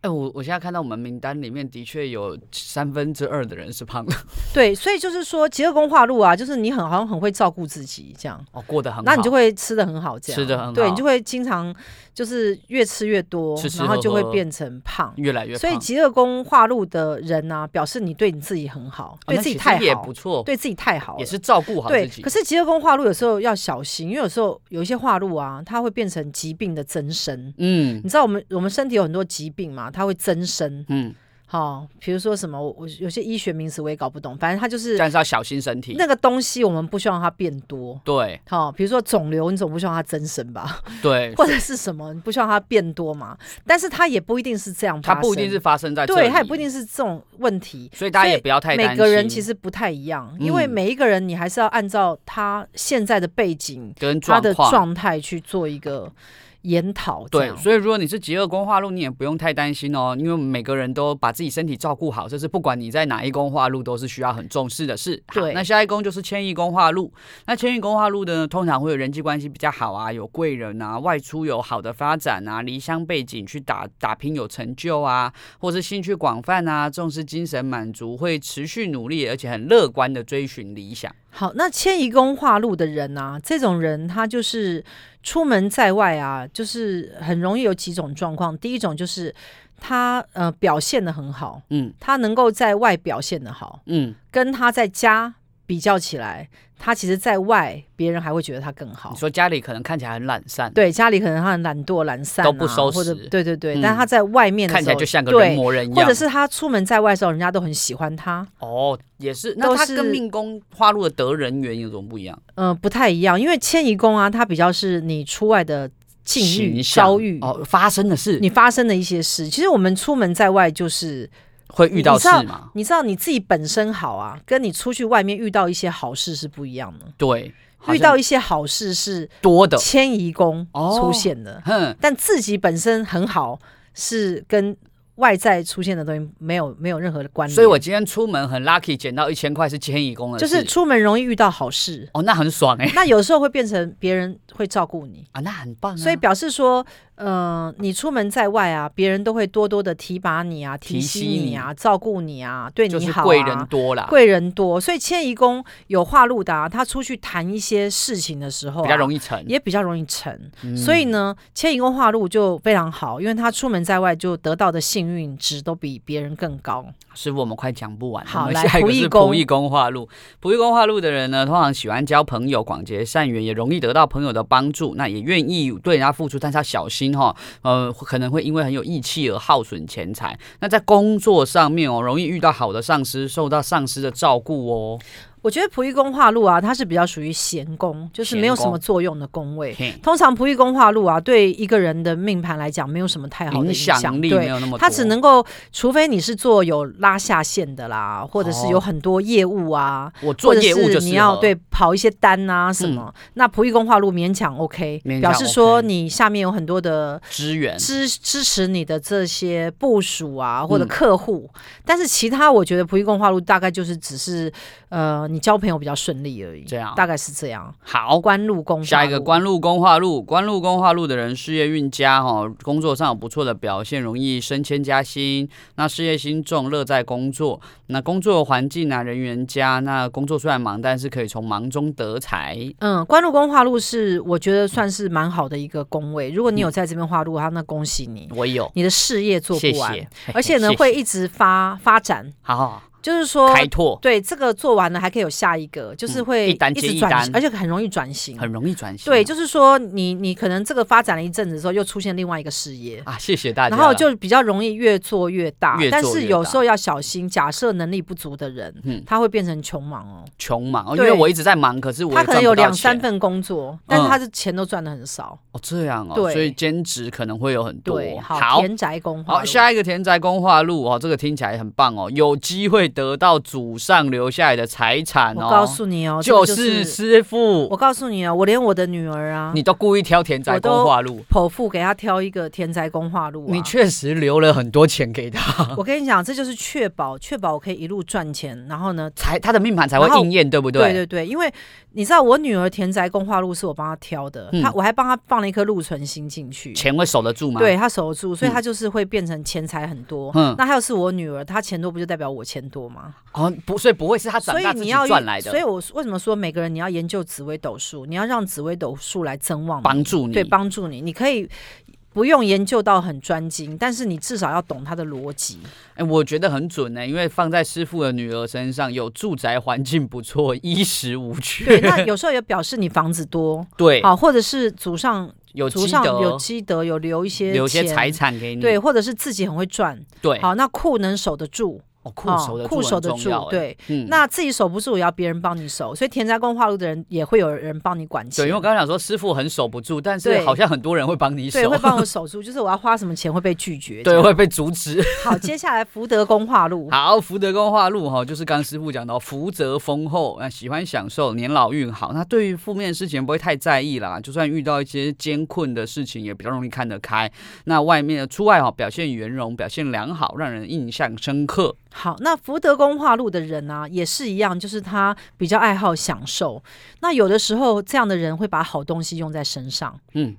Speaker 2: 哎、我我现在看到我们名单里面的确有三分之二的人是胖的，
Speaker 1: 对，所以就是说极恶宫化禄啊，就是你很好像很会照顾自己这样，
Speaker 2: 哦，过得很好，
Speaker 1: 那你就会吃的很好，这样
Speaker 2: 吃得很好
Speaker 1: 对你就会经常就是越吃越多，
Speaker 2: 吃吃
Speaker 1: 然后就
Speaker 2: 喝
Speaker 1: 会
Speaker 2: 喝
Speaker 1: 变成胖。
Speaker 2: 越来越胖，
Speaker 1: 所以极恶宫化禄的人呢、表示你对你自己很好，
Speaker 2: 哦
Speaker 1: 对
Speaker 2: 那
Speaker 1: 自己
Speaker 2: 其实
Speaker 1: 太
Speaker 2: 也
Speaker 1: 好
Speaker 2: 不，错，
Speaker 1: 对自己太好了，
Speaker 2: 也是照顾好
Speaker 1: 对
Speaker 2: 自。己
Speaker 1: 可。是极恶宫化禄有时候要小心，因为有时候有一些化禄啊，它会变成疾病的增生。
Speaker 2: 嗯
Speaker 1: 你知道我们我们身体有很多疾病嘛，它会增生。
Speaker 2: 嗯，
Speaker 1: 好、比如说什么，我我有些医学名词我也搞不懂，反正它就是
Speaker 2: 但是要小心身体。
Speaker 1: 那个东西，我们不希望它变多。
Speaker 2: 对
Speaker 1: 好、比如说肿瘤，你总不希望它增生吧，
Speaker 2: 对，
Speaker 1: 或者是什么，你不希望它变多嘛？但是它也不一定是这样发
Speaker 2: 它
Speaker 1: 生，
Speaker 2: 不一定是发生在这
Speaker 1: 对，
Speaker 2: 里
Speaker 1: 它也不一，定是这种问题。
Speaker 2: 所以大家也不要太担
Speaker 1: 每
Speaker 2: 心。
Speaker 1: 个人其实不太一样，因为
Speaker 2: 嗯
Speaker 1: 每一个人你还是要按照他现在的背景、
Speaker 2: 跟
Speaker 1: 他
Speaker 2: 状
Speaker 1: 的
Speaker 2: 况
Speaker 1: 状态去做一个研讨。这
Speaker 2: 对，
Speaker 1: 样
Speaker 2: 所以如果你是极恶宫化禄，你也不用太担心哦，因为每个人都把自己身体照顾好，这是不管你在哪一宫化禄都是需要很重视的事。好
Speaker 1: 对
Speaker 2: 那下一宫就是迁移宫化禄。那迁移宫化禄的呢，通常会有人际关系比较好啊，有贵人啊，外出有好的发展啊，离乡背景去打打拼有成就啊，或是兴趣广泛啊，重视精神满足，会持续努力而且很乐观的追寻理想。
Speaker 1: 好，那迁移宫化禄的人啊，这种人他就是出门在外啊，就是很容易有几种状况。第一种就是他呃表现的很好，
Speaker 2: 嗯
Speaker 1: 他能够在外表现的好，
Speaker 2: 嗯，
Speaker 1: 跟他在家比较起来，他其实在外别人还会觉得他更好
Speaker 2: 你。说家里可能看起来很懒散，
Speaker 1: 哦对，家里可能他很懒惰、懒散、啊，
Speaker 2: 都不收拾
Speaker 1: 或者对对对，
Speaker 2: 嗯
Speaker 1: 但他在外面的时候
Speaker 2: 看起来就像个人
Speaker 1: 对，
Speaker 2: 模人一
Speaker 1: 或
Speaker 2: 样，
Speaker 1: 者是他出门在外的时候，人家都很喜欢他。
Speaker 2: 哦，也是。
Speaker 1: 都
Speaker 2: 那他
Speaker 1: 是
Speaker 2: 跟命宫花路的得人缘有什么不一样？
Speaker 1: 呃，不太一样，因为迁移宫啊，它比较是你出外的境遇、
Speaker 2: 形象
Speaker 1: 遭遇，
Speaker 2: 哦，发生的事
Speaker 1: 你发生的一些事。其实我们出门在外，就是
Speaker 2: 会遇到
Speaker 1: 你知
Speaker 2: 事
Speaker 1: 道
Speaker 2: 吗？
Speaker 1: 你知道你自己本身好啊，跟你出去外面遇到一些好事是不一样的。
Speaker 2: 对，好
Speaker 1: 遇
Speaker 2: 像
Speaker 1: 到一些好事是
Speaker 2: 多的，
Speaker 1: 迁移宫
Speaker 2: 哦
Speaker 1: 出现的，
Speaker 2: 哼，
Speaker 1: 但自己本身很好是跟外在出现的东西没有没有任何的关联。
Speaker 2: 所以我今天出门很 lucky，捡到一千块是迁移宫的
Speaker 1: 就
Speaker 2: 事，
Speaker 1: 是出门容易遇到好事，
Speaker 2: 哦，那很爽哎、
Speaker 1: 那有时候会变成别人会照顾你。
Speaker 2: 啊，那很棒、啊，
Speaker 1: 所以表示说，呃，你出门在外啊，别人都会多多的提拔你啊，
Speaker 2: 提
Speaker 1: 提携
Speaker 2: 携
Speaker 1: 你啊，照顾你啊，对
Speaker 2: 就
Speaker 1: 你
Speaker 2: 是
Speaker 1: 好、啊。
Speaker 2: 贵人多啦，
Speaker 1: 贵人多，所以迁移宫有化禄的、啊，他出去谈一些事情的时候、
Speaker 2: 比较容
Speaker 1: 易。
Speaker 2: 易成，
Speaker 1: 也比较容易成，
Speaker 2: 嗯
Speaker 1: 所以呢，迁移宫化禄就非常好，因为他出门在外就得到的幸运值都比别人更高。
Speaker 2: 师傅，我们快讲不完了。
Speaker 1: 好
Speaker 2: 我们
Speaker 1: 来
Speaker 2: 下一
Speaker 1: 仆
Speaker 2: 个
Speaker 1: 役
Speaker 2: 是
Speaker 1: 宫
Speaker 2: 仆役宫化禄。仆役宫化禄的人呢，通常喜欢交朋友，广结善缘，也容易得到朋友的帮助，那也愿意对人家付出，但是要小心哈、呃，可能会因为很有义气而耗损钱财。那在工作上面哦，容易遇到好的上司，受到上司的照顾哦。
Speaker 1: 我觉得仆役宫化禄啊，它是比较属于闲宫，就是没有什
Speaker 2: 闲
Speaker 1: 么
Speaker 2: 宫
Speaker 1: 作用的宫位。
Speaker 2: 嘿
Speaker 1: 通常仆役宫化禄啊，对一个人的命盘来讲，没有什么太好的
Speaker 2: 影
Speaker 1: 响。
Speaker 2: 响力
Speaker 1: 对
Speaker 2: 没，有那么多，
Speaker 1: 它只能够，除非你是做有拉下线的啦，或者是有很多业务啊，
Speaker 2: 我哦做业务
Speaker 1: 或
Speaker 2: 就
Speaker 1: 者
Speaker 2: 适
Speaker 1: 是
Speaker 2: 合
Speaker 1: 你要对跑一些单啊什么。那仆役工化路勉强 OK，
Speaker 2: 勉强
Speaker 1: 表示说
Speaker 2: OK 嗯
Speaker 1: 你下面有很多的
Speaker 2: 支援
Speaker 1: 支支持你的这些部署啊，或者
Speaker 2: 嗯
Speaker 1: 客户。但是其他我觉得仆役工化路大概就是只是呃，你交朋友比较顺利而已，
Speaker 2: 这样
Speaker 1: 大概是这样。
Speaker 2: 好。
Speaker 1: 官禄工化禄，
Speaker 2: 下一个官禄宫化禄，官禄宫化禄的人事业运佳哈、哦，工作上有不错的表现，容易升迁加薪。那事业心重，乐在工作。那工作环境啊，人缘佳。那工作虽然忙，但是可以从忙中得财。
Speaker 1: 嗯，官禄宫化禄是我觉得算是蛮好的一个宫位。如果你
Speaker 2: 嗯
Speaker 1: 有在这边化禄，他那恭喜你，
Speaker 2: 我有，
Speaker 1: 你的事业做
Speaker 2: 谢
Speaker 1: 不完，
Speaker 2: 谢。
Speaker 1: 而且呢
Speaker 2: 谢谢
Speaker 1: 会一哦直发发展，
Speaker 2: 好好
Speaker 1: 就是说
Speaker 2: 开拓，
Speaker 1: 对这个做完了还可以有下一个，就是
Speaker 2: 嗯
Speaker 1: 会
Speaker 2: 一单接
Speaker 1: 直
Speaker 2: 一
Speaker 1: 转
Speaker 2: 单
Speaker 1: 型，而且很容易转型。
Speaker 2: 很容易转
Speaker 1: 嗯
Speaker 2: 型。
Speaker 1: 对，就是说你你可能这个发展了一阵子之后，又出现另外一个事业。
Speaker 2: 啊，谢谢大家
Speaker 1: 然
Speaker 2: 啦。
Speaker 1: 后就比较容易越做越大，
Speaker 2: 越
Speaker 1: 但
Speaker 2: 做
Speaker 1: 是
Speaker 2: 越
Speaker 1: 有
Speaker 2: 大
Speaker 1: 时候要小心。假设能力不足的人，
Speaker 2: 嗯
Speaker 1: 他会变成穷忙哦。
Speaker 2: 穷忙，哦因
Speaker 1: 对
Speaker 2: 为我一直在忙，可是我
Speaker 1: 他
Speaker 2: 也
Speaker 1: 可能
Speaker 2: 赚
Speaker 1: 有
Speaker 2: 不到
Speaker 1: 两三
Speaker 2: 钱
Speaker 1: 份工作，但是
Speaker 2: 嗯
Speaker 1: 他的钱都赚的很少。
Speaker 2: 哦，这样哦，
Speaker 1: 对
Speaker 2: 所以兼职可能会有很多
Speaker 1: 对，。好，
Speaker 2: 好，
Speaker 1: 田宅宫化
Speaker 2: 好，
Speaker 1: 禄
Speaker 2: 下一个田宅宫化禄哦，这个听起来很棒哦，有机会得到祖上留下来的财产哦。
Speaker 1: 我告诉你哦，这
Speaker 2: 就
Speaker 1: 个
Speaker 2: 是
Speaker 1: 是
Speaker 2: 师傅
Speaker 1: 我，告诉你哦，我连我的女儿啊，
Speaker 2: 你都故意挑田宅宫化禄，
Speaker 1: 剖腹给她挑一个田宅宫化禄、啊，
Speaker 2: 你确嗯实留了很多钱给他，
Speaker 1: 我跟你讲，这就是确保确保我可以一路赚钱，然后呢，
Speaker 2: 才他的命盘才
Speaker 1: 然
Speaker 2: 会
Speaker 1: 后
Speaker 2: 应验，对不
Speaker 1: 对
Speaker 2: 对？
Speaker 1: 对对，因为你知道我女儿田宅宫化禄是我帮她挑的，
Speaker 2: 嗯
Speaker 1: 她我还帮她放了一颗禄存星进去，
Speaker 2: 钱会守得住吗？，
Speaker 1: 对她守得住，所以
Speaker 2: 嗯
Speaker 1: 她就是会变成钱财很多。
Speaker 2: 嗯，
Speaker 1: 那还有是我女儿，她钱多不就代表我钱多吗？
Speaker 2: 哦，不，所以不会是他
Speaker 1: 所
Speaker 2: 长
Speaker 1: 以
Speaker 2: 大自
Speaker 1: 你
Speaker 2: 己
Speaker 1: 要
Speaker 2: 赚来
Speaker 1: 所以
Speaker 2: 的，
Speaker 1: 我为什么说每个人你要研究紫微斗数，你要让紫微斗数来增旺你
Speaker 2: 帮助你，
Speaker 1: 对，帮助你，你可以不用研究到很专精，但是你至少要懂它的逻辑。
Speaker 2: 哎，我觉得很准呢、因为放在师傅的女儿身上，有住宅环境不错，衣食无
Speaker 1: 对，
Speaker 2: 缺，
Speaker 1: 那有时候也表示你房子多，
Speaker 2: 对，
Speaker 1: 好，或者是祖上
Speaker 2: 有
Speaker 1: 祖
Speaker 2: 积
Speaker 1: 上有
Speaker 2: 德，
Speaker 1: 积德，有留一些
Speaker 2: 留些
Speaker 1: 钱
Speaker 2: 财产给你，
Speaker 1: 对，或者是自己很会赚，
Speaker 2: 对，
Speaker 1: 好，那库能守得住，
Speaker 2: 哦，酷
Speaker 1: 哦
Speaker 2: 手的
Speaker 1: 库守得住，，对，
Speaker 2: 嗯，
Speaker 1: 那自己守不住也要别人帮你守，所以田宅宫化禄的人也会有人帮你管
Speaker 2: 对，
Speaker 1: 钱
Speaker 2: 因为我，刚刚讲说师傅很守不住，但是
Speaker 1: 对
Speaker 2: 好像很多人会帮你守
Speaker 1: 对，，会帮我守住，就是 我要花什么钱会被拒绝，这
Speaker 2: 对，
Speaker 1: 样
Speaker 2: 会被阻止。
Speaker 1: 好，接下来福德宫化禄，
Speaker 2: 好，福德宫化禄哈，就是刚刚师傅讲到哦福泽丰厚，啊，喜欢享受，年老运好。那对于负面的事情不会太在意啦，就算遇到一些艰困的事情，也比较容易看得开。那外面的出外哈，表现圆融，表现良好，让人印象深刻。
Speaker 1: 好，那福德宫化禄的人呢、也是一样，就是他比较爱好享受。那有的时候，这样的人会把好东西用在身上，
Speaker 2: 嗯，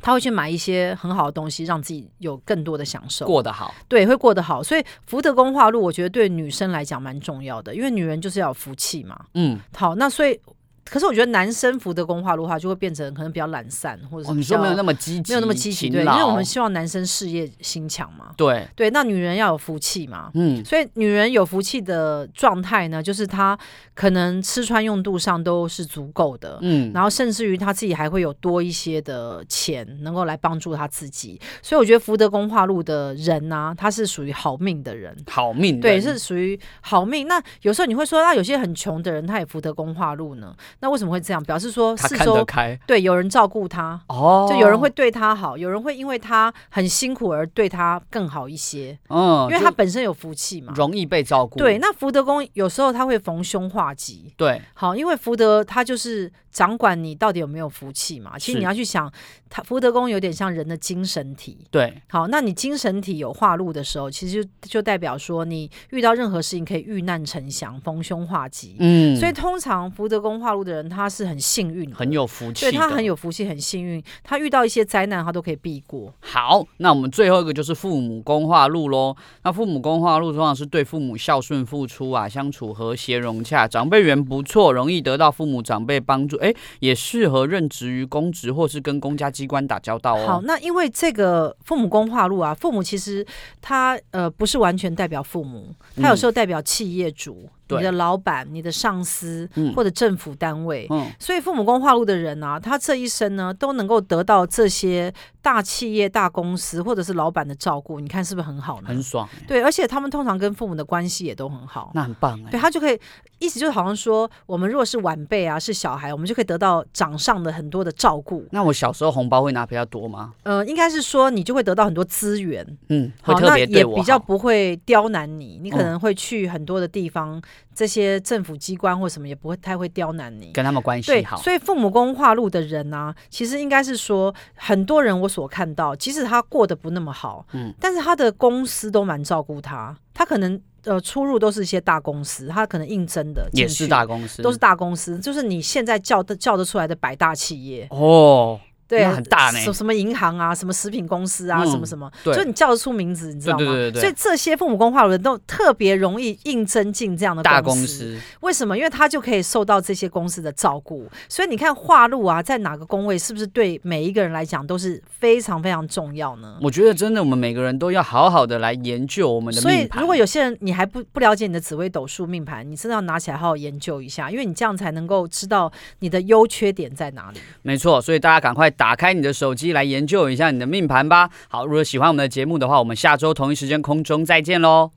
Speaker 1: 他会去买一些很好的东西，让自己有更多的享受，
Speaker 2: 过得好，
Speaker 1: 对，会过得好。所以福德宫化禄，我觉得对女生来讲蛮重要的，因为女人就是要有福气嘛。
Speaker 2: 嗯，
Speaker 1: 好，那所以可是我觉得男生福德宫化禄化就会变成可能比较懒散，或者是
Speaker 2: 哦，你
Speaker 1: 比
Speaker 2: 说
Speaker 1: 较
Speaker 2: 没有那么积极，
Speaker 1: 没有那么积极，
Speaker 2: 勤
Speaker 1: 对，因
Speaker 2: 劳
Speaker 1: 为我们希望男生事业心强嘛。
Speaker 2: 对，
Speaker 1: 对，那女人要有福气嘛。
Speaker 2: 嗯，
Speaker 1: 所以女人有福气的状态呢，就是她可能吃穿用度上都是足够的，
Speaker 2: 嗯，
Speaker 1: 然后甚至于她自己还会有多一些的钱能够来帮助她自己。所以我觉得福德宫化禄的人呢、他是属于好命的人。
Speaker 2: 好命人，
Speaker 1: 对，是属于好命。那有时候你会说，那有些很穷的人，他也福德宫化禄呢，那为什么会这样？表示说
Speaker 2: 他
Speaker 1: 四
Speaker 2: 看得
Speaker 1: 周
Speaker 2: 开
Speaker 1: 对有人照顾他，
Speaker 2: 哦，
Speaker 1: 就有人会对他好，有人会因为他很辛苦而对他更好一些，
Speaker 2: 嗯，
Speaker 1: 因为
Speaker 2: 就
Speaker 1: 他本身有福气嘛。
Speaker 2: 容易被照顾，
Speaker 1: 对，那福德宫有时候他会逢凶化吉。
Speaker 2: 对，
Speaker 1: 好，因为福德他就是掌管你到底有没有福气嘛。其实
Speaker 2: 是
Speaker 1: 你要去想，他福德宫有点像人的精神体。
Speaker 2: 对，
Speaker 1: 好，那你精神体有化禄的时候，其实就就代表说你遇到任何事情可以遇难成祥，逢凶化吉。
Speaker 2: 嗯，
Speaker 1: 所以通常福德宫化禄的人，他是很幸运的，
Speaker 2: 很有福气
Speaker 1: 对
Speaker 2: 的，
Speaker 1: 他很有福气，很幸运，他遇到一些灾难，他都可以避过。
Speaker 2: 好，那我们最后一个就是父母宫化禄喽。那父母宫化禄通常是对父母孝顺付出啊，相处和谐融洽，长辈缘不错，容易得到父母长辈帮助。哎，也适合任职于公职或是跟公家机关打交道
Speaker 1: 好，
Speaker 2: 哦。
Speaker 1: 那因为这个父母宫化禄啊，父母其实他呃不是完全代表父母，他有时候代表企业主、
Speaker 2: 对
Speaker 1: 你的老板、你的上司、
Speaker 2: 嗯
Speaker 1: 或者政府单位。
Speaker 2: 嗯，
Speaker 1: 所以父母宫化禄的人啊，他这一生呢都能够得到这些大企业、大公司或者是老板的照顾，你看是不是很好呢？
Speaker 2: 很爽哎、
Speaker 1: 对，而且他们通常跟父母的关系也都很好。
Speaker 2: 那很棒哎、
Speaker 1: 对他就可以，意思就好像说，我们如果是晚辈啊，是小孩，我们就可以得到长上的很多的照顾。
Speaker 2: 那我小时候红包会拿比较多吗？
Speaker 1: 呃，应该是说你就会得到很多资源，
Speaker 2: 嗯，会特
Speaker 1: 那
Speaker 2: 别
Speaker 1: 也
Speaker 2: 对我
Speaker 1: 比较
Speaker 2: 好
Speaker 1: 不会刁难你。你可
Speaker 2: 嗯
Speaker 1: 能会去很多的地方，这些政府机关或什么也不会太会刁难你。
Speaker 2: 跟他们关
Speaker 1: 对
Speaker 2: 系，好。
Speaker 1: 所以父母宫化禄的人呢、其实应该是说，很多人我所看到，即使他过得不那么好，
Speaker 2: 嗯
Speaker 1: 但是他的公司都蛮照顾他，他可能呃出入都是一些大公司，他可能应征的
Speaker 2: 也
Speaker 1: 进
Speaker 2: 是
Speaker 1: 去
Speaker 2: 大公司，
Speaker 1: 都是大公司，就是你现在叫得叫得出来的百大企业，
Speaker 2: 哦，
Speaker 1: 对啊，
Speaker 2: 那很大呢
Speaker 1: 什什么银行啊，什么食品公司啊，
Speaker 2: 嗯
Speaker 1: 什么什么，
Speaker 2: 对
Speaker 1: 就你叫得出名字，你知道吗？
Speaker 2: 对对对对
Speaker 1: 所以这些父母工化的人都特别容易应征进这样的
Speaker 2: 大
Speaker 1: 公
Speaker 2: 公
Speaker 1: 司。
Speaker 2: 司
Speaker 1: 为什么？因为他就可以受到这些公司的照顾。所以你看化禄啊，在哪个宫位，是不是对每一个人来讲都是非常非常重要呢？
Speaker 2: 我觉得真的，我们每个人都要好好的来研究我们的
Speaker 1: 所以
Speaker 2: 命，盘。
Speaker 1: 如果有些人你还不不了解你的紫微斗数命盘，你真的要拿起来好好研究一下，因为你这样才能够知道你的优缺点在哪里。
Speaker 2: 没错，所以大家赶快打开你的手机来研究一下你的命盘吧。好，如果喜欢我们的节目的话，我们下周同一时间空中再见喽。